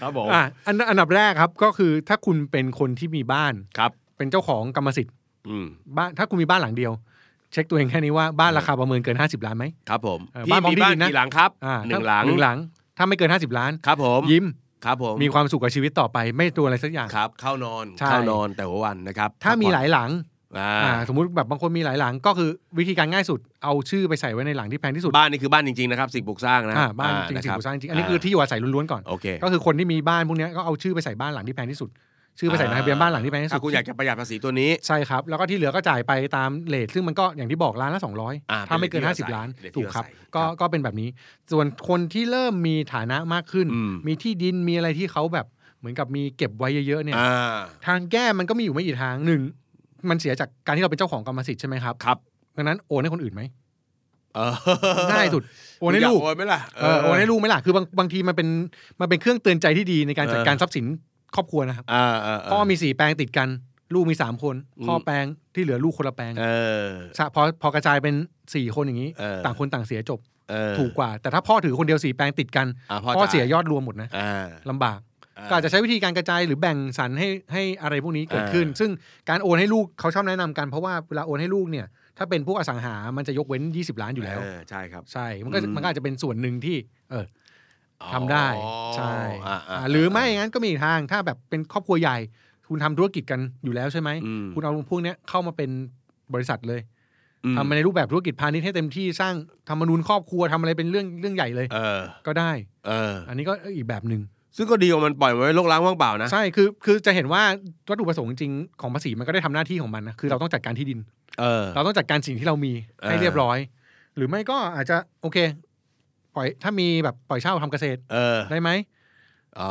S2: ครับผม
S3: อ่ะอันอันดับแรกครับก็คือถ้าคุณเป็นคนที่มีบ้าน
S2: ครับ
S3: เป็นเจ้าของกรรมสิทธิ์
S2: อืม
S3: บ้านถ้าคุณมีบ้านหลังเดียว เช็คตัวเองแค่นี้ว่าบ้านราคาประเมินเกิน 50 ล้านไหม
S2: ครับผม
S3: เออ
S2: พี่
S3: บ้านพร้อม
S2: มี
S3: ที่
S2: บ้าน
S3: ดินนะ
S2: กี่หลังครับ
S3: อ่า
S2: หนึ่ง
S3: ถ้า
S2: หลัง
S3: หนึ่งหลังถ้าไม่เกิน 50 ล้าน
S2: ครับผม
S3: ยิ้ม
S2: ครับผม
S3: มีความสุขกับชีวิตต่อไป ไม่ตัวอะไรสักอย่าง
S2: ครับ เข้านอน
S3: ใช่
S2: เข้านอนแต่หัววันนะครับ
S3: ถ้ามีหลายหลัง
S2: อ่า
S3: อ่าสมมุติแบบบางคนมีหลายหลัง ก็คือวิธีการง่ายสุดเอาชื่อไปใส่ไว้ในหลังที่แพงที่สุด
S2: บ้านนี่คือบ้านจริงๆนะครับสิ่งปลูกสร้างนะ
S3: อ่าบ้านจริง
S2: ะค
S3: ๆ
S2: บ
S3: ผู้สร้างจริงอันนี้คือที่อยู่อาศัยล้วนๆก่อน
S2: โอเค
S3: ก็คือคนที่มีบ้านพวกเนี้ยก็เอาชื่อไปใส่บ้านหลังที่แพงที่สุด ชื่อไปใส่ในทะเบียนบ้านหลังที่แพงที่สุด
S2: ถ้าคุณอยากจะประหยัดภาษีตัวนี้
S3: ใช่ครับ แล้วก็ที่เหลือก็จ่ายไปตามเลทซึ่งมันก็อย่างที่บอกล้าน
S2: อ
S3: ละ
S2: ่า
S3: 200 ถ้าไม่เกิน
S2: เป็นเลทที่อาศัย
S3: 50 ล้าน
S2: เลทที่
S3: ถูกครับ
S2: อาศัย
S3: ก็
S2: ครับ
S3: ก็เป็นแบบนี้ ส่วนคนที่เริ่มมีฐานะมากขึ้น
S2: อืม
S3: มีที่ดินมีอะไรที่เขาแบบเหมือนกับมีเก็บไว้เยอะๆเนี่ย
S2: อ่า
S3: ทางแก้มันก็มีอยู่ไม่กี่ทางหนึ่งมันเสียจากการที่เราเป็นเจ้าของกรรมสิทธิ์ใช่ไหมครับ
S2: ครับ
S3: ดังนั้นโอนให้คนอื่นไหม
S2: เออ
S3: ง่ายสุดโอนให้ลูก
S2: ยาโอนไหมล่ะ
S3: เออโอนให้ลูกไหมล่ะคือบางบางทีมันเป็นมันเป็นเครื่องเตือนใจที่ดีในการจัด
S2: เออ
S3: การทรัพย์สินครอบครัวนะครับ
S2: อ่าาา
S3: พ่อมีสี่แปลงติดกัน ลูกมีสามคนพ่ออ
S2: ม
S3: แปลงที่เหลือลูกคนละแปลง
S2: เออ
S3: สะพอพอกระจายเป็นสี่คนอย่างนี้
S2: เออ
S3: ต่างคนต่างเสียจบ
S2: เออ
S3: ถูกกว่า แต่ถ้าพ่อถือคนเดียวสี่แปลงติดกันะ พ่อ
S2: จ๋า
S3: เสียยอดรวมหมดนะ
S2: อ่า
S3: ลำบาก ก็อาจจะใช้วิธีการกระจายหรือแบ่งสรรให้ให้อะไรพวกนี้เกิดขึ้น
S2: เออ
S3: ซึ่งการโอนให้ลูกเขาชอบแนะนำกันเพราะว่าเวลาโอนให้ลูกเนี่ยถ้าเป็นพวกอสังหา มันจะยกเว้น 20 ล้านอยู่แล้ว
S2: เใช่ครับ
S3: ใช่มันก็
S2: อืม
S3: มันก็อาจจะเป็นส่วนหนึ่งที่เออทำได้
S2: อ๋อ
S3: ใช่
S2: อ่า
S3: อ่าหรือไม่งั้นก็มีอีกทางถ้าแบบเป็นครอบครัวใหญ่ คุณทำธุรกิจกันอยู่แล้วใช่ไหม
S2: อืม
S3: คุณเอาพวกเนี้ยเข้ามาเป็นบริษัทเลย
S2: อืม
S3: ทำมาในรูปแบบธุรกิจพาณิชย์ให้เต็มที่สร้างธรรมนูญครอบครัวทำอะไรเป็นเรื่องเรื่องใหญ่เลย
S2: เออ
S3: ก็ได้
S2: เออ
S3: อันนี้ก็อีกแบบหนึ่ง
S2: ซึ่งก็ดีกว่ามันปล่อยไว้โลกร้างว่างเปล่านะ
S3: ใช่คือคือจะเห็นว่าวัตถุประสงค์จริงๆของภาษีมันก็ได้ทำหน้าที่ของมันนะคือเราต้องจัดการที่ดิน
S2: เออ
S3: เราต้องจัดการสิ่งที่เรามีให้
S2: เออ
S3: เรียบร้อย หรือไม่ก็อาจจะโอเค ปล่อยถ้ามีแบบปล่อยเช่าทำเกษตร
S2: เออ
S3: ได้ไหม
S2: อ๋อ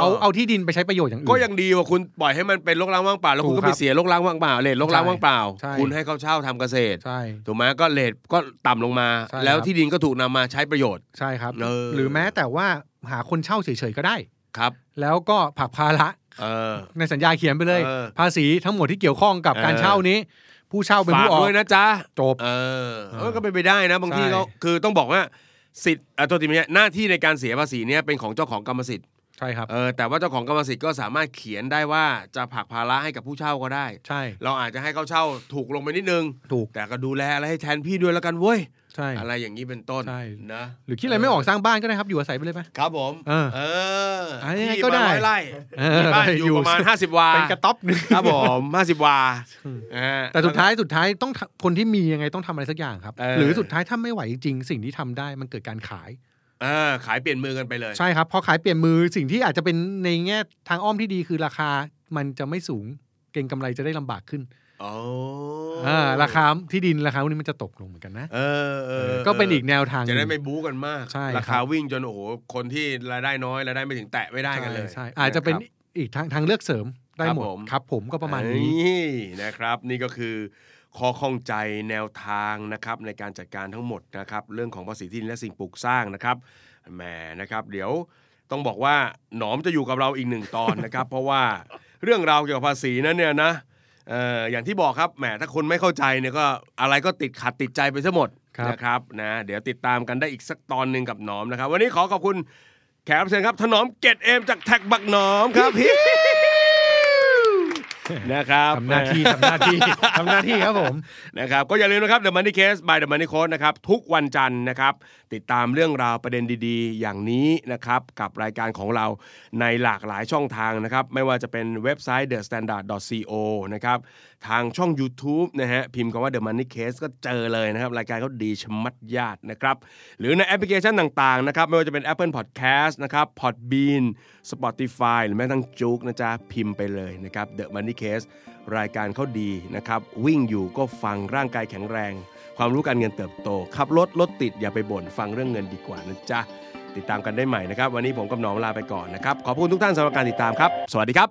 S3: เอาเอาที่ดินไปใช้ประโยชน์อย่างอื่น
S2: ก็ยังดีกว่าคุณปล่อยให้มันเป็นโลกร้างว่างเปล่า แล้วคุณ
S3: ถู
S2: ก็
S3: กครับ
S2: ไปเสียโลกร้างว่างเปล่าเลทโลกร้างว่างเปล่า
S3: ใช่
S2: คุณให้เขาเช่าทำเกษตร
S3: ใช่
S2: ถูกไหมก็เลทก็ต่ำลงมา
S3: ใช่ครับ
S2: แล้วที่ดินก็ถูกนำมาใช้ประโยชน์
S3: ใช่ครับ
S2: เออ
S3: หรือแม้แต่ว่าหาคนเช่าเฉยๆก็ได้
S2: ครับ
S3: แล้วก็ผลักภาระ
S2: เออ
S3: ในสัญญาเขียนไปเลย
S2: เออ
S3: ภาษีทั้งหมดที่เกี่ยวข้องกับ
S2: เออ
S3: การเช่านี้ ผู้เช่าเป็น
S2: ฝาก
S3: ผู้ออก
S2: ด้วยนะจ๊ะ
S3: จบ
S2: เออ
S3: เออ
S2: เออก็เป็นไปได้นะ บางที่
S3: ใช่
S2: ก็คือต้องบอกว่าสิทธิ์อ่ะตัวทีนี้หน้าที่ในการเสียภาษีเนี่ยเป็นของเจ้าของกรรมสิทธิ์
S3: ใช่ครับ
S2: เออแต่ว่าเจ้าของกรรมสิทธิ์ก็สามารถเขียนได้ว่าจะผลักภาระให้กับผู้เช่าก็ได้
S3: ใช่
S2: เราอาจจะให้เขาเช่าถูกลงไปนิดนึง
S3: ถูก
S2: แต่ก็ดูแลอะไรให้แทนพี่ด้วยแล้วกันเว้ย
S3: ใช่
S2: อะไรอย่างนี้เป็นต้น
S3: ใช่
S2: นะ
S3: หรือคิดอะไรไม่ออกสร้างบ้านก็ได้ครับ อยู่อาศัยไปเลยไหม
S2: ครับผม
S3: เออ
S2: เออ
S3: อ่ะยังไง
S2: ที่
S3: ก็ได้
S2: มาร้อยไร่
S3: เออ
S2: มีบ้านอ
S3: อยู่
S2: ยู่ประมาณ 50 วา
S3: เป็นกระต๊อบหนึ่ง
S2: ครับผม50 วาเออ
S3: แต่สุดท้ายสุดท้ายต้องทำคนที่มียังไงต้องทำอะไรสักอย่างครับ
S2: เออ
S3: หรือสุดท้ายถ้าไม่ไหวจริงสิ่งที่ทำได้มันเกิดการขาย
S2: เออขายเปลี่ยนมือกันไปเลย
S3: ใช่ครับพอขายเปลี่ยนมือสิ่งที่อาจจะเป็นในแง่ทางอ้อมที่ดีคือราคามันจะไม่สูงเก็งกำไรจะได้ลำบากขึ้น
S2: อ๋อ
S3: อ่าราคาที่ดินราคาพวกนี้มันจะตกลงเหมือนกันนะ
S2: เออเออ
S3: ก็เป็นอีกแนวทาง
S2: จะได้ไม่บู๊กันมาก
S3: ใช่ครับ
S2: ราคาวิ่งจนโอ้โหคนที่รายได้น้อยรายได้ไม่ถึงแตะไม่ได้กันเลย
S3: ใช่ใช่อาจจะเป็น
S2: ครับ
S3: อีกทางทางเลือกเสริมได้
S2: ครับ
S3: หมด
S2: ผม
S3: ครับ ผมก็ประมาณนี้
S2: เอ้ยนะครับ นี่ก็คือข้อข้องใจแนวทางนะครับในการจัดการทั้งหมดนะครับเรื่องของภาษีที่ดินและสิ่งปลูกสร้างนะครับแหมนะครับเดี๋ยวต้องบอกว่าหนอมจะอยู่กับเราอีกหนึ่งตอนนะครับ เพราะว่าเรื่องราวเกี่ยวกับภาษีนั้นเนี่ยนะเอ่ออย่างที่บอกครับแหมถ้าคนไม่เข้าใจเนี่ยก็อะไรก็ติดขัดติดใจไปซะหมด
S3: ครับ
S2: นะครับนะเดี๋ยวติดตามกันได้อีกสักตอนหนึ่งกับหนอมนะครับ วันนี้ขอขอบคุณแขกรับเชิญครับถนอมเกตเอมจากแท็กบักหนอมครับ นะครับ
S3: ทำหน้าที่ทำหน้า ที่ทำหน้าที่ครับผม
S2: นะครับก็อย่าลืมนะครับ The Money Case by The Money Coach นะครับทุกวันจันทร์นะครับ ติดตามเรื่องราวประเด็นดีๆ อย่างนี้นะครับกับรายการของเราในหลากหลายช่องทางนะครับ ไม่ว่าจะเป็นเว็บไซต์ The Standard co นะครับทางช่อง YouTube นะฮะพิมพ์คำว่า The Money Case ก็เจอเลยนะครับ รายการเขาดีชะมัดญาตินะครับ หรือในแอปพลิเคชันต่างๆนะครับไม่ว่าจะเป็น Apple Podcast นะครับ Podbean Spotify หรือแม้กระทั่งจุกนะจ๊ะพิมพ์ไปเลยนะครับ The Money Case รายการเขาดีนะครับ วิ่งอยู่ก็ฟังร่างกายแข็งแรง ความรู้การเงินเติบโต ขับรถรถติดอย่าไปบ่นฟังเรื่องเงินดีกว่านะจ๊ะ ติดตามกันได้ใหม่นะครับ วันนี้ผมกับหนอมลาไปก่อนนะครับ ขอบคุณทุกท่านสำหรับการติดตามครับ สวัสดีครับ